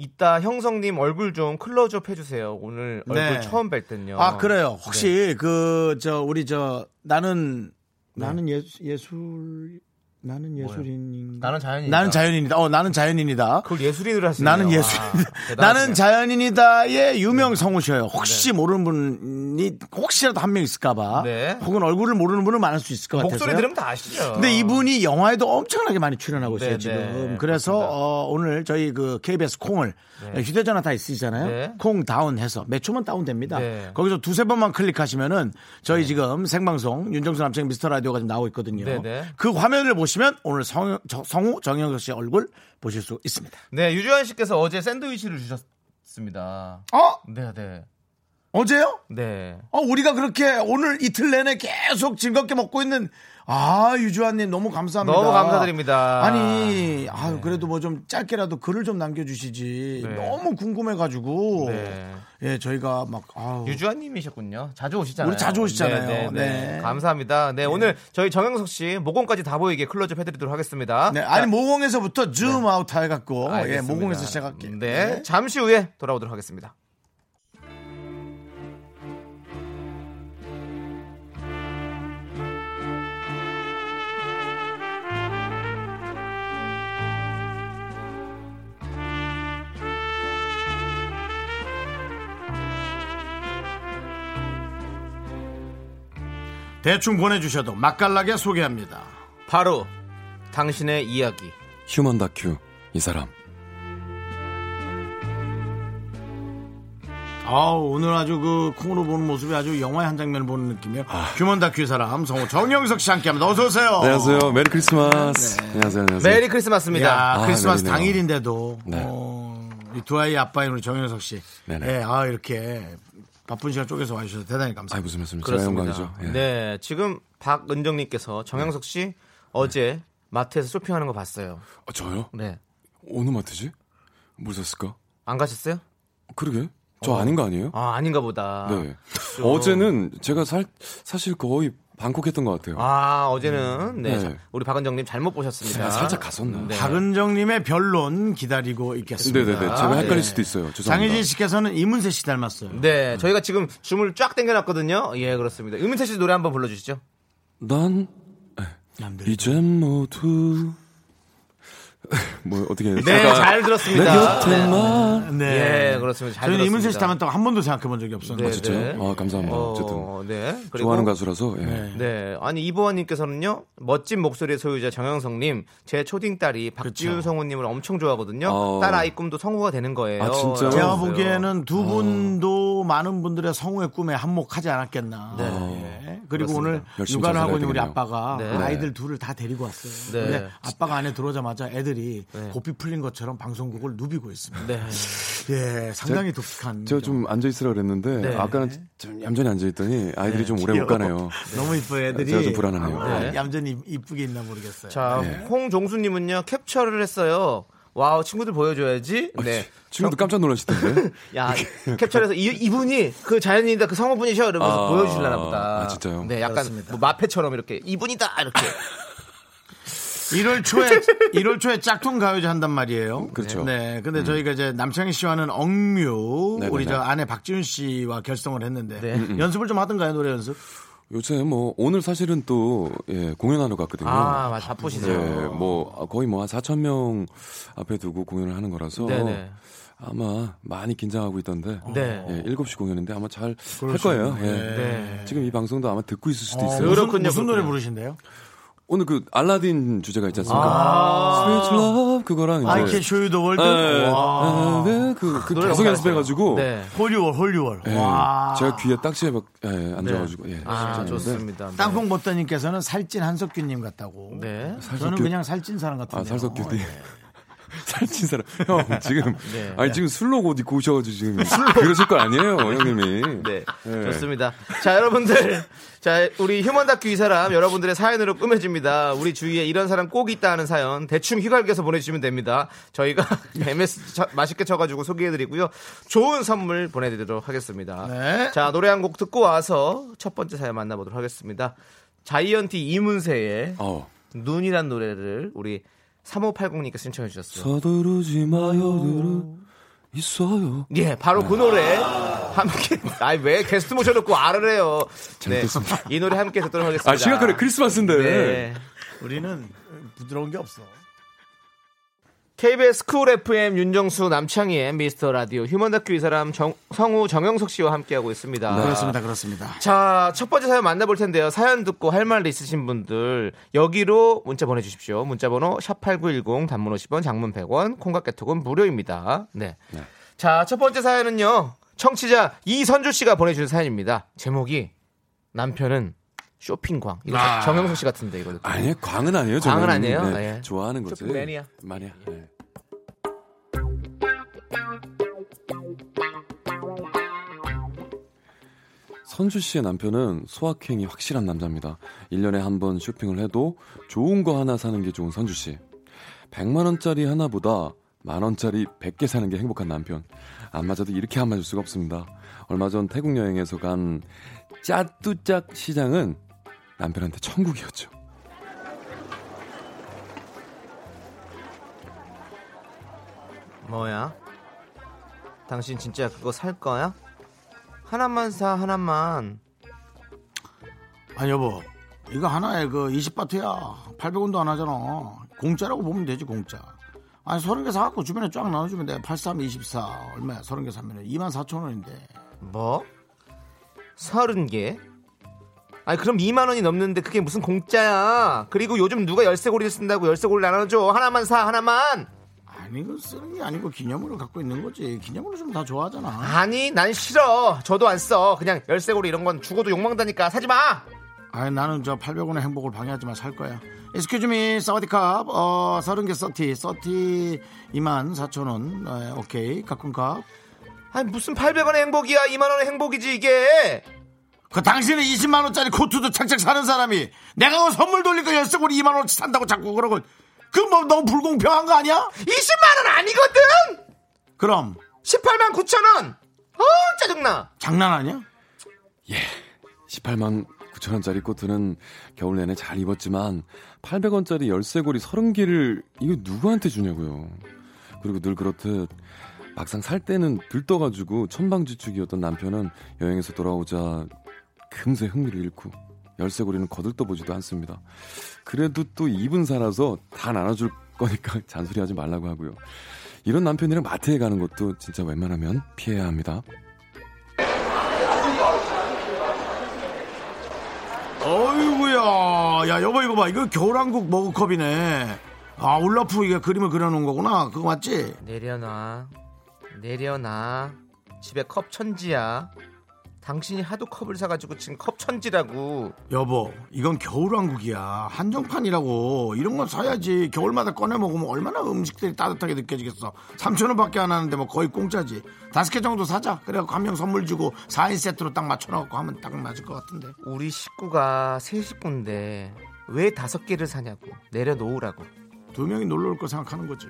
이따 형성님 얼굴 좀 클로즈업 해주세요. 오늘 얼굴
네.
처음 뵐 땐요.
아, 그래요. 혹시
네.
그 저 우리 저 나는 나는 예수, 예술 나는 예술인인가?
나는 자연인이다. 아,
나는 자연인이다. 어, 나는 자연인이다.
그걸 예술인으로 하시네요.
나는 예술
아,
나는
대단하시네요. 네.
자연인이다의 유명 성우셔요. 혹시 모르는 분이 혹시라도 한 명 있을까봐
네.
혹은 얼굴을 모르는 분은 많을 수 있을 것 같아서
목소리 들으면 다 아시죠.
근데 이분이 영화에도 엄청나게 많이 출연하고 있어요
네, 네.
지금. 그래서
그렇습니다.
어, 오늘 저희 그 KBS 콩을 네, 휴대전화 다 있으시잖아요.
네.
콩 다운해서 몇 초만 다운됩니다.
네.
거기서 두세 번만 클릭하시면은 저희 지금 생방송 윤정수 남창 미스터 라디오가 지금 나오고 있거든요.
네, 네.
그 화면을 보시면 오늘 성, 저- 성우 정영석 씨 얼굴 보실 수 있습니다.
네, 유주환 씨께서 어제 샌드위치를 주셨습니다.
어
네, 네.
어제요?
네.
어, 우리가 그렇게 오늘 이틀 내내 계속 즐겁게 먹고 있는 아, 유주환님 너무 감사합니다.
너무 감사드립니다.
아니, 네. 아 그래도 뭐 좀 짧게라도 글을 좀 남겨주시지. 너무 궁금해가지고.
네.
예, 저희가 막, 아우.
유주환님이셨군요. 자주 오시잖아요.
우리 자주 오시잖아요. 네.
감사합니다. 네, 오늘 저희 정영석 씨 모공까지 다 보이게 클로즈업 해드리도록 하겠습니다.
네, 아니,
자,
모공에서부터 줌 아웃 해갖고. 예,
알겠습니다.
모공에서 시작할게요.
네, 잠시 후에 돌아오도록 하겠습니다.
대충 보내주셔도 맛깔나게 소개합니다.
바로 당신의 이야기.
휴먼 다큐 이
어.
사람
아 오늘 아주 그 콩으로 보는 모습이 아주 영화의 한 장면을 보는 느낌이에요.
아.
휴먼 다큐 사람 성우 정영석 씨 함께합니다. 어서 오세요.
안녕하세요 메리 크리스마스 안녕하세요 안녕하세요
네. 메리 크리스마스입니다.
네. 야, 크리스마스
아, 네네네.
당일인데도
네.
어, 이두 아이 아빠인 우리 정영석 씨,
네네.
예, 아 이렇게 바쁜 시간 쪼개서 와주셔서 대단히
아
감사합니다.
무슨 말씀이세요
그렇습니다.
영광이죠 예.
네, 지금 박은정님께서 정영석 씨 어제 마트에서 쇼핑하는 거 봤어요.
아, 저요
네,
어느 마트지 뭘 샀을까
안 가셨어요?
그러게 저 아닌 거 아니에요
아 아닌가 보다.
네 어제는 제가 살 사실 거의 방콕했던 것 같아요
아 어제는 네,
네.
자, 우리 박은정님 잘못 보셨습니다.
아, 살짝 갔었나
네.
박은정님의 변론 기다리고 있겠습니다.
네네네 제가 헷갈릴
네.
수도 있어요
장혜진
죄송합니다
씨께서는 이문세 씨 닮았어요.
네, 저희가 지금 춤을 쫙 당겨놨거든요. 예, 그렇습니다. 음민태 씨 노래 한번 불러주시죠.
난 예.
남들.
이젠 모두 뭐 어떻게 해요?
네, 잘
내
들었습니다.
곁에만
네.
예, 그렇습니다. 잘
저는
들었습니다.
이문세 씨 닮았다고 한 번도 생각해 본 적이 없었는데.
네,
진짜요? 아 감사합니다 어쨌든
어, 네. 그리고
좋아하는 가수라서 예.
네, 아니 이보아님께서는요 멋진 목소리의 소유자 정영성님 제 초딩 딸이 박지윤 성우님을 엄청 좋아하거든요.
어.
딸 아이 꿈도 성우가 되는 거예요. 네.
아, 진짜요?
제가
그래서요.
보기에는
어.
두 분도 많은 분들의 성우의 꿈에 한몫하지 않았겠나. 예. 그리고 오늘
네. 열심히
육아를 하고 있는 우리
잘해야 되겠네요.
아빠가
네.
아이들 둘을 다 데리고 왔어요.
네.
근데 아빠가 안에 들어오자마자 애들이
네.
고삐 풀린 것처럼 방송국을 누비고 있습니다.
네,
예, 상당히 독특한.
제가 좀 앉아 있으라 그랬는데
네.
아까는 좀 얌전히 앉아 있더니 아이들이 좀 오래 못 가네요.
너무 이뻐요, 애들이.
제가 좀 불안하네요.
아,
네.
얌전히 이쁘게 있나 모르겠어요.
자
네.
홍종수님은요 캡처를 했어요. 와우 친구들 보여줘야지.
아,
네,
친구도 깜짝 놀라시던데.
야 캡처해서 이, 이분이 그 자연인이다 그 성우분이셔 이러면서
아,
보여주려나 보다.
아, 진짜요?
네, 약간
그렇습니다.
뭐 마패처럼 이렇게 이분이다 이렇게.
1월 초에 1월 초에 짝퉁 가요제 한단 말이에요.
그렇죠.
네. 근데 저희가 이제 남창희 씨와는 억류
네네네. 음,
우리 저 아내 박지윤 씨와 결성을 했는데
네.
연습을 좀 하던가요 노래 연습?
요새 뭐 오늘 사실은 또 예, 공연하러 갔거든요.
아, 맞아,
예,
바쁘시죠.
뭐 거의 뭐 한 4천 명 앞에 두고 공연을 하는 거라서
네네.
아마 많이 긴장하고 있던데.
네.
예, 7시 공연인데 아마 잘 할 거예요. 예.
네.
지금 이 방송도 아마 듣고 있을 수도 있어요.
무슨,
그렇군요,
무슨 노래
그렇군요.
부르신대요?
오늘 그 알라딘 주제가 있지
아.
않습니까? 스위트 러브 그거랑 이제
I can show you the world.
예, 예.
와.
아, 네, 그, 그
노래
계속
너무
연습해가지고
네.
홀리월 홀리월.
예,
와.
제가 귀에 딱지에 막 예, 앉아가지고 예,
아
진짜 했는데.
좋습니다. 네.
땅콩 버터님께서는 살찐 한석규님 같다고.
네.
저는 그냥 살찐 사람 같은데.
아 살석규 님 살찐 사람 형 지금
네.
아니 지금 술로 옷 입고 오셔가지고 지금 그러실 거 아니에요 형님이
네,
네.
좋습니다. 자, 여러분들. 자, 우리 휴먼 다큐 이 사람 여러분들의 사연으로 꾸며집니다. 우리 주위에 이런 사람 꼭 있다 하는 사연 대충 휘갈겨서 보내주시면 됩니다. 저희가 MS 쳐- 맛있게 쳐가지고 소개해드리고요. 좋은 선물 보내드리도록 하겠습니다.
네.
자, 노래 한 곡 듣고 와서 첫 번째 사연 만나보도록 하겠습니다. 자이언티 이문세의
어
눈이란 노래를 우리 3580님께서 신청해 주셨어요.
서두르지 마요 누르 있어요
예, 바로 그 노래 함께. 아니 왜 게스트 모셔놓고 알을 해요? 네,
잘못했습니다.
이 노래 함께 듣도록 하겠습니다.
아 시간 그래 크리스마스인데
네.
우리는 부드러운 게 없어.
KBS 쿨 FM 윤정수 남창희의 미스터 라디오 휴먼 다큐 이 사람 정, 성우 정영석 씨와 함께하고 있습니다.
네. 아.
그렇습니다, 그렇습니다.
자, 첫 번째 사연 만나볼 텐데요. 사연 듣고 할 말 있으신 분들 여기로 문자 보내주십시오. 문자번호 샵 #8910 단문 50원, 장문 100원, 콩깍개톡은 무료입니다. 네. 자, 첫 번째 사연은요. 청취자 이선주 씨가 보내주신 사연입니다. 제목이 남편은 쇼핑광. 이거 정영석 씨 같은데 이거.
아. 아니 광은 아니에요 저는
광은 아니에요?
네,
예.
좋아하는 거지
조금 매니아.
마니아 네. 선주 씨의 남편은 소확행이 확실한 남자입니다. 1년에 한 번 쇼핑을 해도 좋은 거 하나 사는 게 좋은 선주 씨. 100만 원짜리 하나보다 만 원짜리 100개 사는 게 행복한 남편. 안 맞아도 이렇게 안 맞을 수가 없습니다. 얼마 전 태국 여행에서 간 짜뚜짝 시장은 남편한테 천국이었죠.
뭐야? 당신 진짜 그거 살 거야? 하나만 사 하나만
아니 여보 이거 하나에 그 20바트야 800원도 안 하잖아 공짜라고 보면 되지 공짜 아니 30개 사갖고 주변에 쫙 나눠주면 돼 83, 24 얼마야 30개 사면 2만 4천 원인데
뭐? 서른 개? 아니 그럼 2만 원이 넘는데 그게 무슨 공짜야 그리고 요즘 누가 열쇠고리를 쓴다고 열쇠고리를 나눠줘 하나만 사 하나만
아니 그 쓰는 게 아니고 기념으로 갖고 있는 거지 기념으로 좀 다 좋아하잖아
아니 난 싫어 저도 안 써 그냥 열쇠고리 이런 건 죽어도 욕먹는다니까 사지마
아니 나는 저 800원의 행복을 방해하지만 살 거야 에스큐즈미 사와디캅 어 30개 서티 서티 2만 4천 원 어, 오케이 가끔값
아니 무슨 800원의 행복이야 2만 원의 행복이지 이게
그 당신은 20만 원짜리 코트도 착착 사는 사람이 내가 그 선물 돌리니까 열쇠고리 2만 원치 산다고 자꾸 그러고 그뭐 너무 불공평한 거 아니야?
20만 원 아니거든
그럼
18만 9천 원 어, 짜증나
장난 아니야?
18만 9천 원짜리 코트는 겨울 내내 잘 입었지만 800원짜리 열쇠고리 30개를 이거 누구한테 주냐고요. 그리고 늘 그렇듯 막상 살 때는 들떠가지고 천방지축이었던 남편은 여행에서 돌아오자 금세 흥미를 잃고 열쇠고리는 거들떠보지도 않습니다. 그래도 또 입은 살아서 다 나눠줄 거니까 잔소리하지 말라고 하고요. 이런 남편이랑 마트에 가는 것도 진짜 웬만하면 피해야 합니다.
어이구야 야 여보 이거 봐 이거 겨울왕국 머그컵이네 아 울라프 이게 그림을 그려놓은 거구나 그거 맞지?
내려놔 내려놔 집에 컵 천지야 당신이 하도 컵을 사가지고 지금 컵 천지라고
여보 이건 겨울왕국이야 한정판이라고 이런 건 사야지 겨울마다 꺼내 먹으면 얼마나 음식들이 따뜻하게 느껴지겠어 3천 원밖에 안 하는데 뭐 거의 공짜지 다섯 개 정도 사자 그래 갖고 한 명 선물 주고 4인 세트로 딱 맞춰놓고 하면 딱 맞을 것 같은데
우리 식구가 세 식구인데 왜 다섯 개를 사냐고 내려놓으라고
두 명이 놀러 올 거 생각하는 거지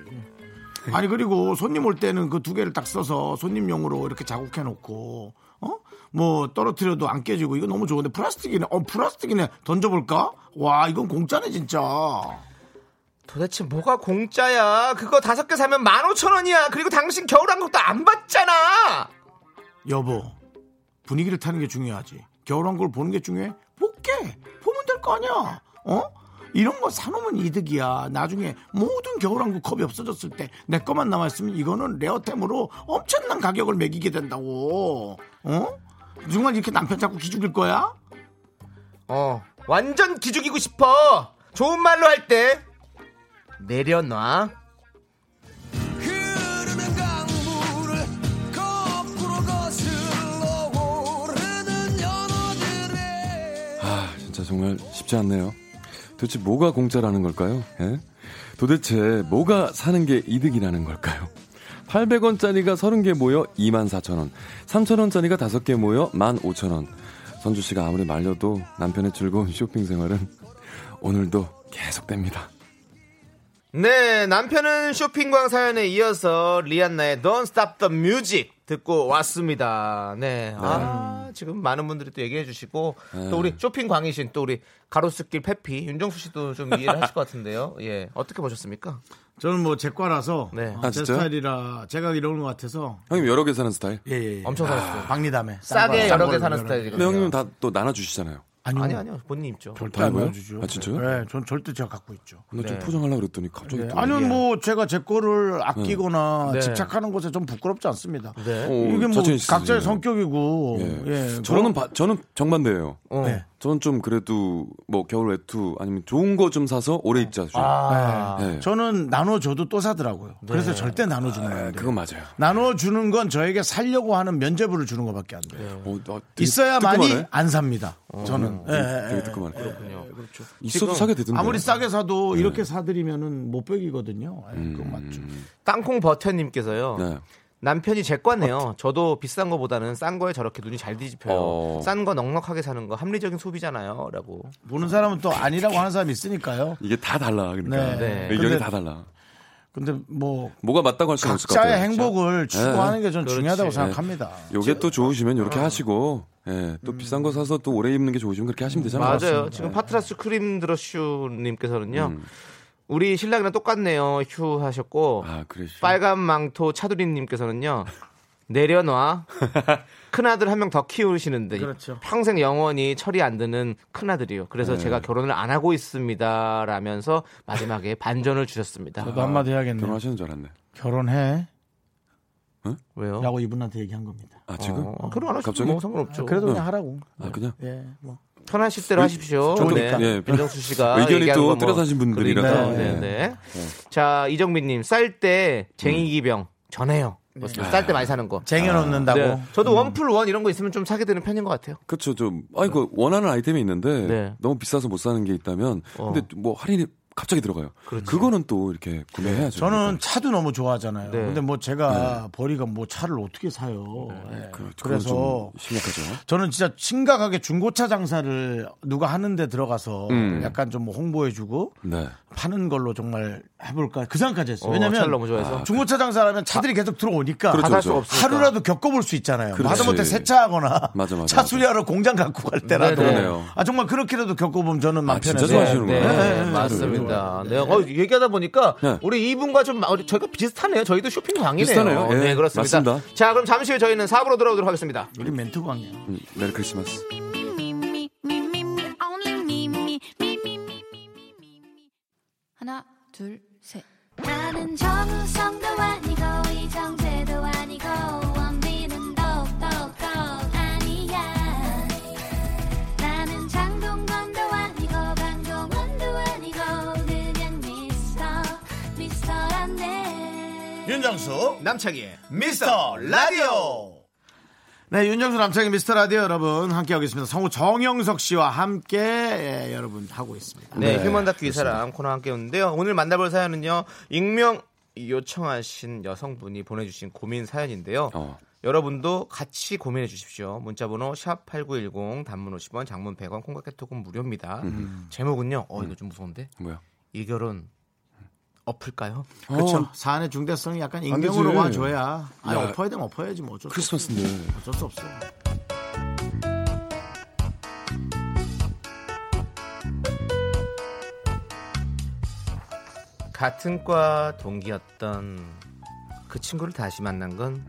아니 그리고 손님 올 때는 그 두 개를 딱 써서 손님용으로 이렇게 자국해 놓고 어뭐 떨어뜨려도 안 깨지고 이거 너무 좋은데 플라스틱이네 어 플라스틱이네 던져볼까 와 이건 공짜네 진짜
도대체 뭐가 공짜야 그거 다섯 개 사면 만 오천 원이야 그리고 당신 겨울왕국도 안 봤잖아
여보 분위기를 타는 게 중요하지 겨울한 걸 보는 게 중요해 볼게 보면 될 거 아니야 어 이런 거 사놓으면 이득이야 나중에 모든 겨울왕국 컵이 없어졌을 때 내 거만 남아있으면 이거는 레어템으로 엄청난 가격을 매기게 된다고 어 정말 이렇게 남편 자꾸 기죽일 거야
어 완전 기죽이고 싶어 좋은 말로 할 때 내려놔
아, 진짜 정말 쉽지 않네요. 도대체 뭐가 공짜라는 걸까요? 예? 도대체 뭐가 사는 게 이득이라는 걸까요? 800원짜리가 30개 모여 24,000원, 3,000원짜리가 5개 모여 15,000원. 선주 씨가 아무리 말려도 남편의 즐거운 쇼핑 생활은 오늘도 계속됩니다.
네, 남편은 쇼핑광 사연에 이어서 리안나의 Don't Stop the Music 듣고 왔습니다. 네. 아, 지금 많은 분들이 또 얘기해 주시고 또 우리 쇼핑광이신 또 우리 가로수길 페피 윤정수 씨도 좀 이해를 하실 것 같은데요. 예. 어떻게 보셨습니까?
저는 뭐 제 과라서
네.
어,
아,
제
진짜요?
스타일이라 제가 이러는 것 같아서
형님 여러 개 사는 스타일?
예, 예, 예.
엄청 사셨어요.
박리담에
싸게 여러 개 사는 스타일이거든요.
근데 네, 형님은 다 또 나눠주시잖아요.
아니요
아니 아니요. 본인 입죠.
절대
아,
안
뭐요?
보여주죠
아, 진짜요?
네, 전 절대 제가 갖고 있죠
나 좀 포장하려고 그랬더니 갑자기 또.
아니요, 뭐 제가 제 거를 아끼거나
네.
집착하는 것에 좀 부끄럽지 않습니다.
어,
이게 뭐
자체 있으시죠?
각자의 성격이고,
예.
예,
저는
그런-
바- 저는 정반대예요.
어.
네.
저는 좀 그래도 뭐 겨울 외투 아니면 좋은 거 좀 사서 오래 입자. 좀.
아.
네.
저는 나눠줘도 또 사더라고요. 그래서 절대 나눠주는 거예요.
그건 맞아요.
나눠주는 건 저에게 살려고 하는 면제부를 주는 것밖에 안 돼요.
어, 나 되게
있어야만이
뜨끔하네.
안 삽니다. 저는 예, 예, 예.
되게 뜨끔하네. 그렇군요. 있어도 사게 되던데.
그렇죠. 아무리 싸게 사도 이렇게 사드리면은 못 빼기거든요. 예, 그건 맞죠.
땅콩 버터님께서요.
네.
남편이 제 과네요. 저도 비싼 거보다는 싼 거에 저렇게 눈이 잘 뒤집혀요.
어.
싼 거 넉넉하게 사는 거 합리적인 소비잖아요.라고.
보는 사람은 또 아니라고 하는 사람이 있으니까요.
이게 다 달라. 그러니까
네.
네.
의견이
근데
다 달라.
근데 뭐
뭐가 맞다고 할 수는 없을 것 같아요.
각자의 행복을 추구하는 게 전
그렇지.
중요하다고
네.
생각합니다.
요게 또 좋으시면
아.
이렇게 하시고 예,
음.
또 비싼 거 사서 또 오래 입는 게 좋으시면 그렇게 하시면 되잖아요.
맞아요.
네.
지금 파트라스 크림 드러슈님께서는요.
음.
우리 신랑이랑 똑같네요. 휴 하셨고
아, 그래.
빨간 망토 차두리님께서는요. 내려놔. 큰 아들 한 명 더 키우시는데
그렇죠.
평생 영원히 철이 안 드는 큰 아들이요. 그래서
네.
제가 결혼을 안 하고 있습니다라면서 마지막에 반전을 주셨습니다.
저도 한마디 해야겠네요.
결혼하시는 줄 알았네.
결혼해.
왜요?
라고 이분한테 얘기한 겁니다. 음.
아, 지금?
어, 결혼 안 하셔도
갑자기?
뭐 상관없죠.
아, 그래도 그냥 하라고.
아, 그냥
예, 뭐.
편하실 대로 하십시오.
음, 좋으니까.
네.
예.
윤정수 씨가
의견이
얘기하는
또
건
뚜렷하신 분들이라서.
그러니까요. 네.
네.
네. 자 이정민님 쌀 때 쟁이기병 전해요. 뭐 쌀 때 많이 사는 거.
네. 쟁여놓는다고. 음.
네. 저도 원풀 원 이런 거 있으면 좀 사게 되는 편인 것 같아요.
그렇죠. 좀 아니 그 원하는 아이템이 있는데
네.
너무 비싸서 못 사는 게 있다면 근데 뭐 할인이 갑자기 들어가요. 그거는또 이렇게 구매해야죠.
저는 차도 너무 좋아하잖아요.
네.
근데 뭐 제가 버리가 뭐 차를 어떻게 사요. 예.
그, 래서
그래서
심각하죠.
저는 진짜 심각하게 중고차 장사를 누가 하는데 들어가서
음.
약간 좀 홍보해주고
네.
파는 걸로 정말 해볼까 그 생각까지 했어요.
어,
왜냐면
차를 너무 좋아해서?
중고차 장사라면 차들이 계속 들어오니까
그렇죠,
받을 수
그렇죠.
없으니까.
하루라도 겪어볼 수 있잖아요. 뭐
그렇지.
하다못해 세차하거나
맞아, 맞아,
차
맞아.
수리하러 공장 갖고 갈 때라도
네,
네.
아 정말 그렇게라도 겪어보면 저는 맘
아, 진짜
편해서
좋아하시는
네,
거예요?
네, 맞습니다. 네. 어, 얘기하다 보니까
네.
우리 이분과 좀 마- 우리 저희가 비슷하네요. 저희도 쇼핑 광이네요.
비슷하네요. 예,
네, 그렇습니다.
맞습니다.
자, 그럼 잠시 후에 저희는 4부로 돌아오도록 하겠습니다.
네. 우리 멘트 광이야.
음, 메리 크리스마스.
하나 둘셋
나는 정우성도 아니고 이정재도 아니고 원빈은 더욱더 아니야 나는 장동건도 아니고 강동원도 아니고 그냥 미스터 미스터란데
윤정수
남창희의
미스터 라디오. 네, 윤정수 남창의 미스터 라디오 여러분 함께하고 있습니다. 성우 정영석 씨와 함께 예, 여러분 하고 있습니다.
네, 휴먼 다큐 이 사람 코너 함께 했는데요. 오늘 만나볼 사연은요. 익명 요청하신 여성분이 보내주신 고민 사연인데요.
어.
여러분도 같이 고민해 주십시오. 문자번호 샵 8910 단문 50원 장문 100원 콩깍개톡은 무료입니다. 제목은요. 어 이거 좀 무서운데.
뭐야?
이 결혼 엎을까요?
그렇죠.
어,
사안의 중대성이 약간
안 아, 되지.
익명으로 와줘야 아니
야.
엎어야 되면 엎어야지 뭐 어쩔 수,
크리스마스인데.
어쩔 수 없어.
같은 과 동기였던 그 친구를 다시 만난 건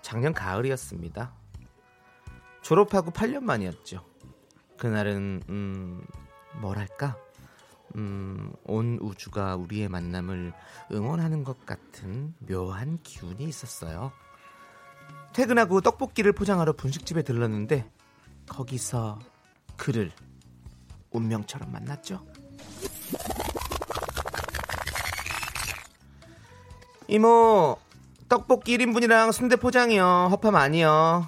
작년 가을이었습니다. 졸업하고 8년 만이었죠. 그날은 음 뭐랄까 음온 우주가 우리의 만남을 응원하는 것 같은 묘한 기운이 있었어요. 퇴근하고 떡볶이를 포장하러 분식집에 들렀는데 거기서 그를 운명처럼 만났죠. 이모 떡볶이 1인분이랑 순대 포장이요 허팝 아니요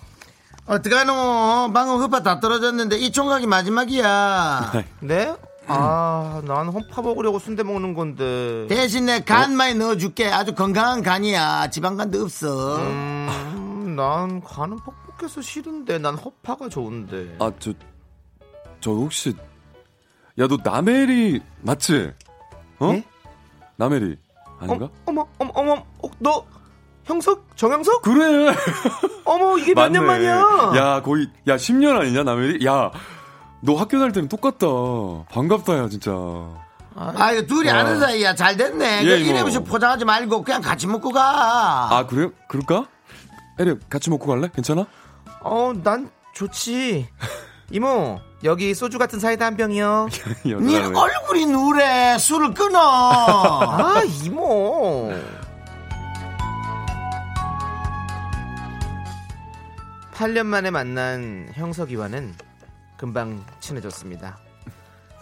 어떡하노? 방금 흡파 다 떨어졌는데 이 총각이
어,
마지막이야.
네? 아난 허팝 먹으려고 순대 먹는 건데
네?
대신 내 간 많이 넣어줄게. 아주 건강한 간이야. 지방간도 없어.
음, 난 간은 퍽퍽해서 싫은데 난 허파가 좋은데
아, 저, 저 혹시, 야, 너 나메리 맞지? 어?
예?
나메리 아닌가?
어, 머 어머 어머 어, 너 형석? 정형석?
그래!
어머 이게 몇 년
맞네.
만이야
야, 거의, 야, 10년 아니냐, 나메리? 야, 너 학교 다닐 때는 똑같다. 반갑다, 야, 진짜.
아, 이거 둘이 아는 사이야. 잘 됐네.
어. 예,
그
이모.
이래부터 포장하지 말고 그냥 같이 먹고 가.
아, 그래? 그럴까? 에리, 같이 먹고 갈래? 괜찮아?
어 난 좋지 이모 여기 소주 같은 사이다 한 병이요
야,
네
나메리.
얼굴이 누래. 술을 끊어.
아 이모 팔 년 만에 만난 형석이와는 금방 친해졌습니다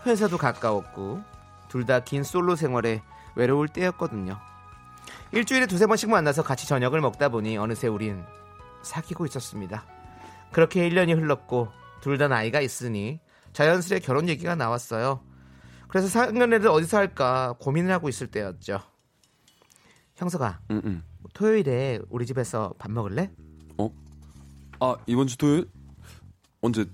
회사도 가까웠고 둘 다 긴 솔로 생활에 외로울 때였거든요 일주일에 두세 번씩 만나서 같이 저녁을 먹다 보니 어느새 우린 사귀고 있었습니다 그렇게 1년이 흘렀고 둘 다 나이가 있으니 자연스레 결혼 얘기가 나왔어요 그래서 상견례를 어디서 할까 고민을 하고 있을 때였죠. 형석아,
응, 응.
토요일에 우리 집에서 밥 먹을래?
아 이번 주 토요일 언제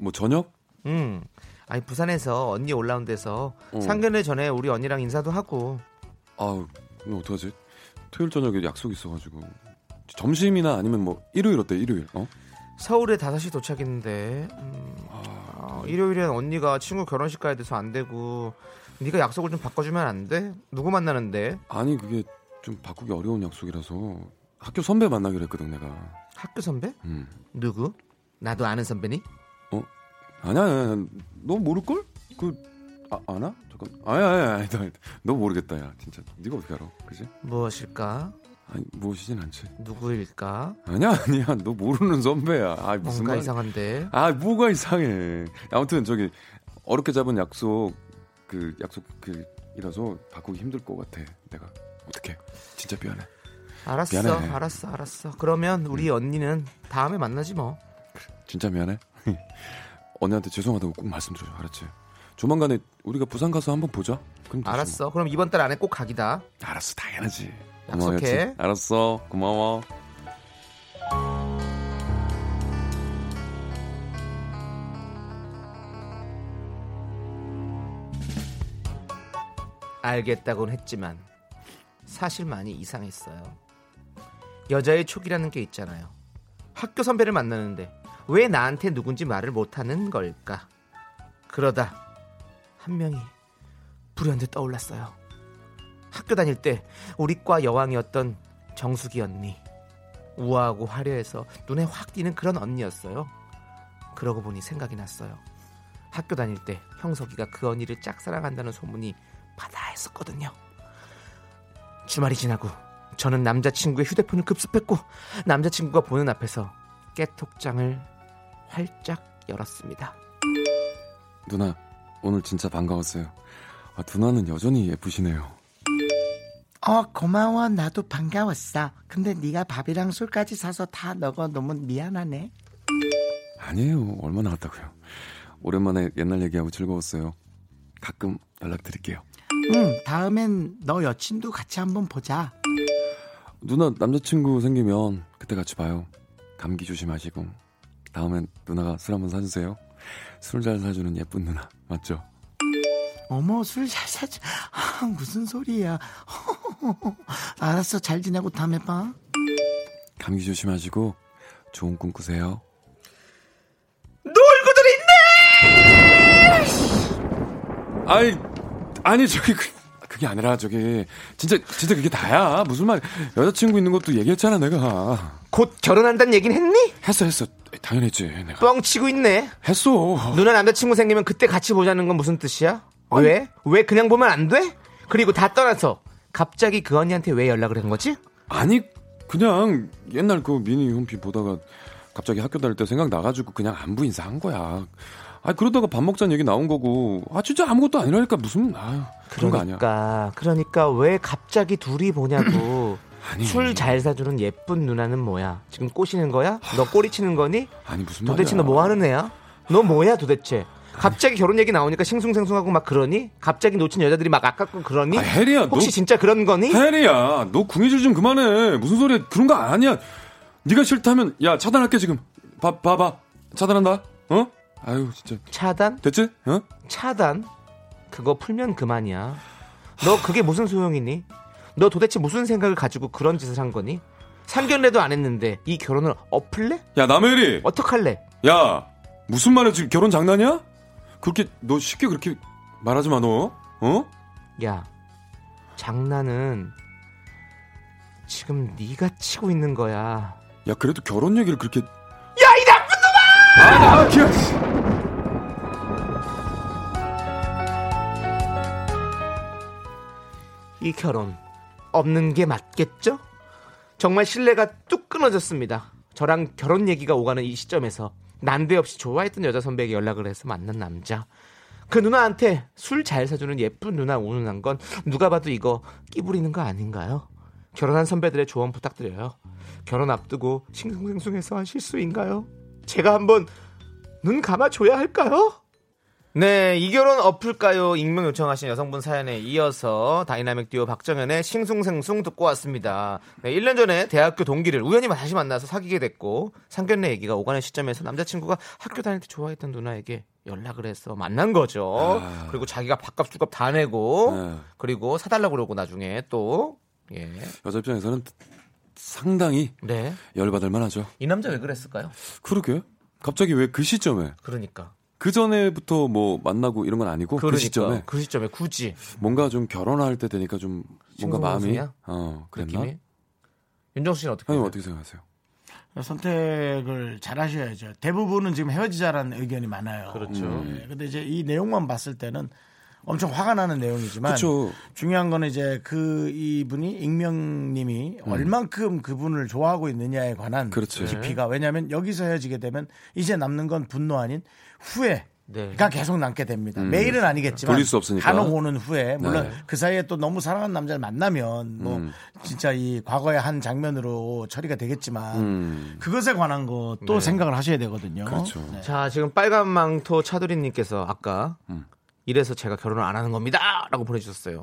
뭐 저녁?
응. 아니 부산에서 언니 올라온 데서
어.
상견례 전에 우리 언니랑 인사도 하고.
아우 이거 어떡하지? 토요일 저녁에 약속 있어가지고 점심이나 아니면 뭐 일요일 어때? 일요일 어?
서울에 5시 도착했는데 음, 아, 일요일엔 언니가 친구 결혼식 가야 돼서 안 되고 네가 약속을 좀 바꿔주면 안 돼? 누구 만나는데?
아니 그게 좀 바꾸기 어려운 약속이라서 학교 선배 만나기로 했거든 내가
학교 선배?
음.
누구? 나도 아는 선배니?
아니야, 아니야 아니야. 너 모를걸? 그 아, 아나? 잠깐 아니야 아니야 아니다 아니다. 너 모르겠다 야 진짜 네가 어떻게 알아 그지?
무엇일까?
아니 무엇이진 않지
누구일까?
아니야 아니야 너 모르는 선배야 아
뭔가
무슨 말
이상한데.
아 뭐가 이상해 아무튼 저기 어렵게 잡은 약속 그 약속 그 이라서 바꾸기 힘들 것 같아 내가 어떻게 진짜 미안해
알았어,
미안해. 음.
알았어, 알았어. 그러면 우리 언니는 다음에 만나지 뭐.
진짜 미안해 언니한테 죄송하다고 꼭 말씀드려 알았지 조만간에 우리가 부산 가서 한번 보자 그럼 되지
알았어. 그럼 이번 달 안에 꼭 각이다.
뭐. 알았어 당연하지
약속해.
고마워요, 알았어 고마워
알겠다고는 했지만 사실 많이 이상했어요. 여자의 촉이라는 게 있잖아요. 학교 선배를 만나는데 왜 나한테 누군지 말을 못하는 걸까? 그러다 한 명이 불현듯 떠올랐어요. 학교 다닐 때 우리과 여왕이었던 정수기 언니. 우아하고 화려해서 눈에 확 띄는 그런 언니였어요. 그러고 보니 생각이 났어요. 학교 다닐 때 형석이가 그 언니를 짝사랑한다는 소문이 바다했었거든요. 주말이 지나고 저는 남자친구의 휴대폰을 급습했고 남자친구가 보는 앞에서 깨톡장을 활짝 열었습니다.
누나 오늘 진짜 반가웠어요 아, 누나는 여전히 예쁘시네요
어 고마워 나도 반가웠어 근데 네가 밥이랑 술까지 사서 다 넣어 너무 미안하네
아니에요. 얼마 나왔다고요. 오랜만에 옛날 얘기하고 즐거웠어요. 가끔 연락드릴게요.
응 다음엔 너 여친도 같이 한번 보자
누나 남자친구 생기면 그때 같이 봐요. 감기 조심하시고 다음엔 누나가 술 한번 사주세요. 술 잘 사주는 예쁜 누나 맞죠?
어머 술 잘 사줘 아, 무슨 소리야 알았어 잘 지내고 다음에 봐
감기 조심하시고 좋은 꿈 꾸세요. 놀고들 있네. 아이 아니 저기 그, 그게 아니라 저기 진짜 진짜 그게 다야 무슨 말 여자친구 있는 것도 얘기했잖아 내가.
곧 결혼한다는 얘긴 했니?
했어 했어 당연히 했지 내가
뻥치고 있네.
했어
누나 남자친구 생기면 그때 같이 보자는 건 무슨 뜻이야?
어?
왜? 왜 그냥 보면 안 돼? 그리고 다 떠나서 갑자기 그 언니한테 왜 연락을 한 거지?
아니 그냥 옛날 그 미니 홈피 보다가 갑자기 학교 다닐 때 생각 나가지고 그냥 안부 인사한 거야 아 그러다가 밥 먹자는 얘기 나온 거고 아 진짜 아무것도 아니라니까 무슨 아 그런 거 아니야
그러니까 그러니까 왜 갑자기 둘이 보냐고
아니.
술 잘 사주는 예쁜 누나는 뭐야 지금 꼬시는 거야 너 꼬리치는 거니
아니 무슨 말이야
도대체 너 뭐 하는 애야 너 뭐야 도대체 갑자기 결혼 얘기 나오니까 싱숭생숭하고 막 그러니 갑자기 놓친 여자들이 막 아깝고 그러니
아, 혜리야,
혹시
너-
진짜 그런 거니
해리야 너 궁리질 좀 그만해 무슨 소리야 그런 거 아니야 네가 싫다면 야 차단할게 지금 봐 봐봐 차단한다 어 아유 진짜
차단
됐지 어
차단 그거 풀면 그만이야 너 그게 무슨 소용이니 너 도대체 무슨 생각을 가지고 그런 짓을 한 거니 상견례도 안 했는데 이 결혼을 엎을래
야 남혜리
어떡할래
야 무슨 말이야 지금 결혼 장난이야? 그렇게 너 쉽게 그렇게 말하지 마 너. 어?
야, 장난은 지금 네가 치고 있는 거야.
야 그래도 결혼 얘기를 그렇게. 야 이 나쁜 놈아! 아 나.
이 결혼 없는 게 맞겠죠? 정말 신뢰가 뚝 끊어졌습니다. 저랑 결혼 얘기가 오가는 이 시점에서 난데없이 좋아했던 여자 선배에게 연락을 해서 만난 남자. 그 누나한테 술 잘 사주는 예쁜 누나 오는한 건 누가 봐도 이거 끼부리는 거 아닌가요? 결혼한 선배들의 조언 부탁드려요. 결혼 앞두고 싱숭생숭해서 한 실수인가요? 제가 한번 눈 감아줘야 할까요? 네, 이 결혼 어플까요? 익명 요청하신 여성분 사연에 이어서 다이나믹 듀오 박정현의 싱숭생숭 듣고 왔습니다. 네, 1년 전에 대학교 동기를 우연히 다시 만나서 사귀게 됐고 상견례 얘기가 오가는 시점에서 남자친구가 학교 다닐 때 좋아했던 누나에게 연락을 해서 만난 거죠. 그리고 자기가 밥값 주값 다 내고
아. 네.
그리고 사달라고 그러고 나중에 또 예.
여자 입장에서는 상당히
네.
열받을 만하죠.
이 남자 왜 그랬을까요?
그러게. 갑자기 왜 그 시점에?
그러니까.
그 전에부터 뭐 만나고 이런 건 아니고 그
그러니까.
시점에
그 시점에 굳이
뭔가 좀 결혼할 때 되니까 좀 뭔가 마음이
싱숭생숭이야?
어 그랬나?
느낌이. 네. 윤정수 씨는 어떻게
형님
보세요?
어떻게 생각하세요?
선택을 잘 하셔야죠. 대부분은 지금 헤어지자라는 의견이 많아요. 그렇죠. 근데 이제 이 내용만 봤을 때는 엄청 화가 나는 내용이지만
그쵸.
중요한 거는 이제 그 이분이 익명님이 얼만큼 그분을 좋아하고 있느냐에 관한
그렇죠.
깊이가 왜냐하면 여기서 헤어지게 되면 이제 남는 건 분노 아닌 후회.
네.
가 계속 남게 됩니다. 매일은 아니겠지만
돌릴 수 없으니까.
간혹 오는 후에 물론
네. 음.
그 사이에 또 너무 사랑하는 남자를 만나면 뭐 진짜 이 과거의 한 장면으로 처리가 되겠지만
음.
그것에 관한 것도
네.
생각을 하셔야 되거든요.
그렇죠.
자, 지금 빨간 망토 차두리님께서 아까
음.
이래서 제가 결혼을 안 하는 겁니다! 라고 보내주셨어요.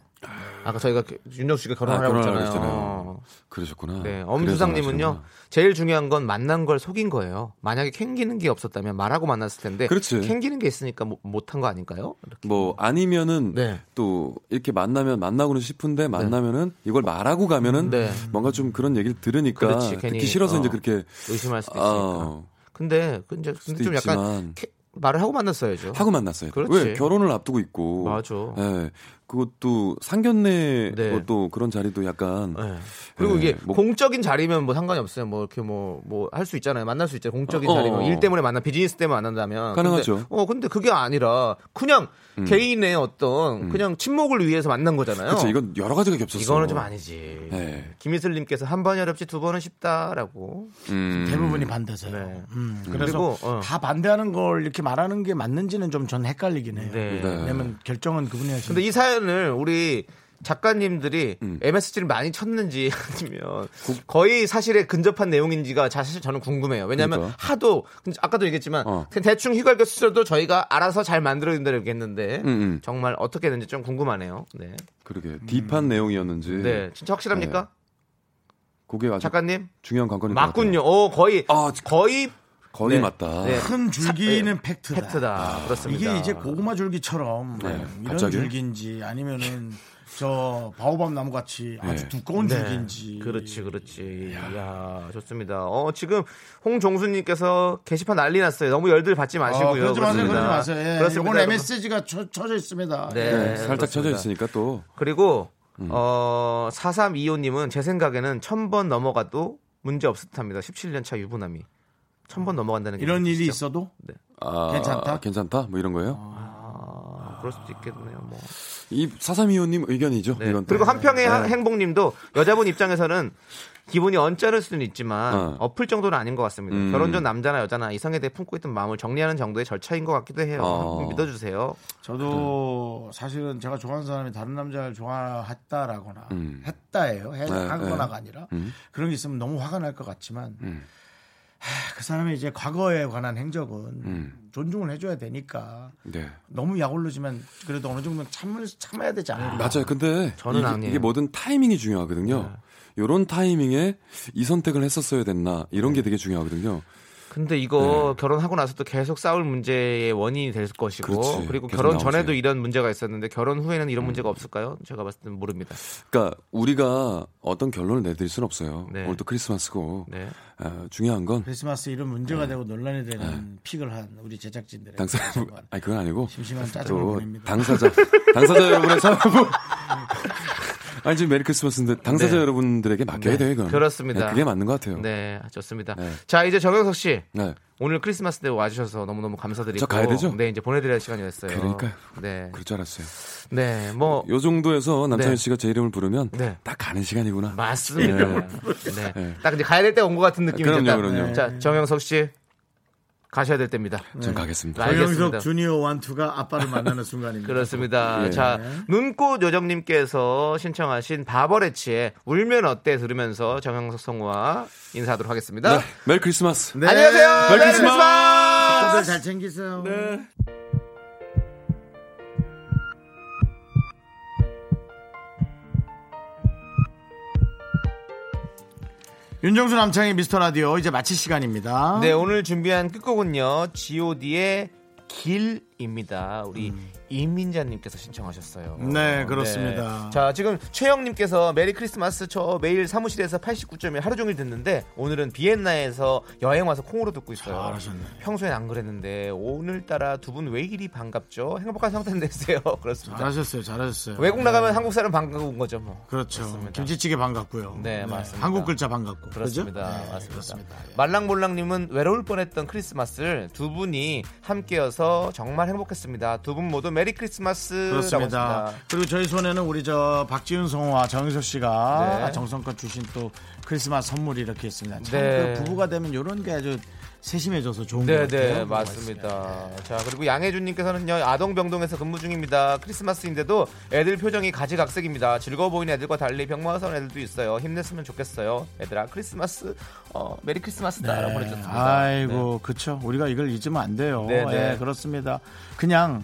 아까 저희가 그 윤정수 씨가 결혼을
아,
하라고
결혼을
했잖아요. 어.
하라고 그러셨구나.
네,
그래서
엄수상님은요,
하셨구나.
제일 중요한 건 만난 걸 속인 거예요. 만약에 캥기는 게 없었다면 말하고 만났을 텐데,
그렇지.
캥기는 게 있으니까 뭐- 못한 거 아닐까요? 이렇게.
뭐 아니면은
네.
또 이렇게 만나면 만나고는 싶은데 만나면은 이걸 말하고 가면은
네.
뭔가 좀 그런 얘기를 들으니까
그렇지, 괜히,
듣기 싫어서
어.
이제 그렇게
의심할 수도 있으니까.
어,
근데, 그 이제 근데
수도
좀 약간
있지만.
캐- 말을 하고 만났어야죠.
하고 만났어요.
그렇지.
왜 결혼을 앞두고 있고.
맞아.
예. 그것도 상견례
네.
것도 그런 자리도 약간
네. 그리고
네,
이게
뭐-
공적인 자리면 뭐 상관이 없어요. 뭐 이렇게 뭐 뭐 할 수 있잖아요. 만날 수 있죠. 공적인
어,
자리면
어.
일 때문에 만나 비즈니스 때문에 만난다면
가능하죠. 음.
근데, 어 근데 그게 아니라 그냥 개인의 어떤 그냥 친목을 위해서 만난 거잖아요.
그렇죠. 이건 여러 가지가 겹쳤어.
이거는 좀 아니지.
네.
김희슬님께서 한 번이 어렵지 두 번은 쉽다라고.
음.
대부분이 반대세요. 음, 그래서
네. 그리고, 어.
다 반대하는 걸 이렇게 말하는 게 맞는지는 좀 전 헷갈리긴 해요.
네.
왜냐면 결정은 그분이 하시는
근데 이 사연을 우리 작가님들이 MSG를 많이 쳤는지 아니면 거의 사실에 근접한 내용인지가 사실 저는 궁금해요. 왜냐하면
그러니까.
하도 근데 아까도 얘기했지만
어.
그냥 대충 휘갈겨 수술도 저희가 알아서 잘 만들어낸다 이렇게 했는데
음, 음.
정말 어떻게 됐는지 좀 궁금하네요. 네,
그러게 딥한 내용이었는지.
네, 진짜 확실합니까,
그게 아주
작가님?
중요한 관건인 것
맞군요. 어, 거의
아,
거의
같아요. 거의
네.
맞다.
네.
큰 줄기는 팩트다.
팩트다. 그렇습니다.
이게 이제 고구마 줄기처럼
네,
이런
갑자기?
줄기인지 아니면은 저 바오밤 나무 같이 아주
네.
두꺼운
네.
줄기인지
그렇지, 그렇지. 야, 좋습니다. 어, 지금 홍종수님께서 게시판 난리 났어요. 너무 열들 받지 마시고요.
어, 그러지 마세요,
그렇습니다.
그러지 마세요. 예,
그렇습니다.
이건 MSG가 쳐져 있습니다. 예.
네,
네, 살짝
그렇습니다.
쳐져 있으니까 또
그리고
음.
어 4325님은 제 생각에는 천 번 넘어가도 문제 없을 듯합니다. 17년 차 유부남이 천 번 넘어간다는 게
이런 일이
무슨 뜻이죠?
있어도
아,
괜찮다?
괜찮다. 뭐 이런 거예요.
아, 그럴 수도 있겠네요. 뭐.
이 사삼이호님 의견이죠.
네.
이건 또.
그리고 한평의
네.
한- 행복님도 여자분 입장에서는 기분이 언짢을 수는 있지만
어.
엎을 정도는 아닌 것 같습니다.
음.
결혼 전 남자나 여자나 이성에 대해 품고 있던 마음을 정리하는 정도의 절차인 것 같기도 해요.
어.
한번 믿어주세요.
저도 사실은 제가 좋아하는 사람이 다른 남자를 좋아했다라거나
음.
했다예요. 해-
네,
하거나가
네.
아니라
음.
그런 게 있으면 너무 화가 날 것 같지만
음.
하, 그 사람의 이제 과거에 관한 행적은
음.
존중을 해줘야 되니까
네.
너무 약올르지만 그래도 어느 정도 참을 참아야 되지 않을까.
음, 맞아요. 근데
저는
이게,
아니에요. 네.
이게 뭐든 타이밍이 중요하거든요. 요런 타이밍에 이 선택을 했었어야 됐나 이런
네.
게 되게 중요하거든요.
근데 이거 결혼하고 나서도 계속 싸울 문제의 원인이 될 것이고
네. 그렇지.
그리고
계속
결혼
나오지. 음.
전에도 이런 문제가 있었는데 결혼 후에는 이런 문제가 없을까요? 제가 봤을 때는 모릅니다.
그러니까 우리가 어떤 결론을 내드릴 순 없어요.
네.
오늘 또 크리스마스고
네.
어, 중요한 건
크리스마스 이런 문제가 되고 논란이 되는 픽을 한 우리 제작진들의
당사 아니 그건 아니고
심심한 짜증을
또
보냅니다.
당사자 당사자 여러분의 사부 아니 지금 메리 크리스마스인데 당사자
네.
여러분들에게 맡겨야 돼요 이건
그렇습니다.
네, 그게 맞는 것 같아요.
네, 좋습니다.
네.
자, 이제 정영석 씨.
네.
오늘 크리스마스 때 와주셔서 너무너무 감사드리고.
저 가야 되죠?
네, 이제 보내드려야 할 시간이 됐어요.
그러니까요.
네.
그럴 줄 알았어요.
네, 뭐.
요 정도에서 남창희
네.
씨가 제 이름을 부르면
네.
딱 가는 시간이구나.
맞습니다. 네.
네.
딱 이제 가야 될 때 온 것 같은 느낌이
그럼요,
딱.
그럼요.
자, 정영석 씨. 가셔야 될 때입니다.
전 가겠습니다.
네. 알겠습니다.
조영석 주니어 원투가 아빠를 만나는 순간입니다.
그렇습니다.
예.
자, 눈꽃 요정님께서 신청하신 바버레치의 울면 어때 들으면서 정영석 성우와 인사하도록 하겠습니다.
네. 메리 크리스마스.
네.
안녕하세요. 메리
크리스마스!
크리스마스!
다들 잘 챙기세요. 윤정수 남창의 미스터 라디오 이제 마칠 시간입니다.
네, 오늘 준비한 끝곡은요. G.O.D의 길입니다. 우리 이민자님께서 신청하셨어요.
음. 네, 그렇습니다.
자, 지금 최영님께서 메리 크리스마스 저 매일 사무실에서 89.1 하루 종일 듣는데 오늘은 비엔나에서 여행 와서 콩으로 듣고 있어요.
잘하셨네.
평소엔 안 그랬는데 오늘따라 두 분 왜 이리 반갑죠? 행복한 성탄 되세요. 그렇습니다.
잘하셨어요, 잘하셨어요.
외국 나가면
네.
한국 사람 반가운 거죠, 뭐.
그렇죠.
그렇습니다.
김치찌개 반갑고요.
네, 맞습니다.
한국 글자 반갑고.
그렇습니다.
그죠? 네,
맞습니다.
그렇습니다. 예.
말랑몰랑님은 외로울 뻔했던 크리스마스를 두 분이 함께여서 정말 행복했습니다. 두 분 모두 메리 크리스마스라고
그렇습니다.
했습니다.
그리고 저희 손에는 우리 저 박지훈 성우와 정유석 씨가 아,
네.
정성껏 주신 또 크리스마스 선물이 이렇게 있습니다. 참
네.
그 부부가 되면 이런 게 아주 세심해져서 좋은 것
네,
같아요.
네, 맞습니다. 자, 그리고 양혜준님께서는요, 아동병동에서 근무 중입니다. 크리스마스인데도 애들 표정이 가지각색입니다. 즐거워 보이는 애들과 달리 병마선 애들도 있어요. 힘냈으면 좋겠어요. 애들아, 크리스마스, 어, 메리 크리스마스다라고 보내주셨습니다.
네. 아이고, 그쵸. 우리가 이걸 잊으면 안 돼요.
네, 네.
예, 그렇습니다. 그냥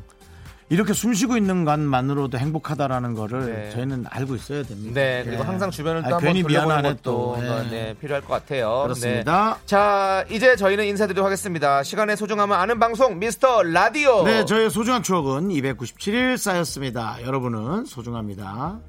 이렇게 숨 쉬고 있는 것만으로도 행복하다라는 거를
네.
저희는 알고 있어야 됩니다.
네, 그리고
예.
항상 주변을
아,
또 한번
괜히
돌려보는
미안하네
것도 또,
또.
네,
예.
필요할 것 같아요.
그렇습니다.
네. 자, 이제 저희는 인사드리도록 하겠습니다. 시간의 소중함을 아는 방송 미스터 라디오.
네, 저의 소중한 추억은 297일 쌓였습니다. 여러분은 소중합니다.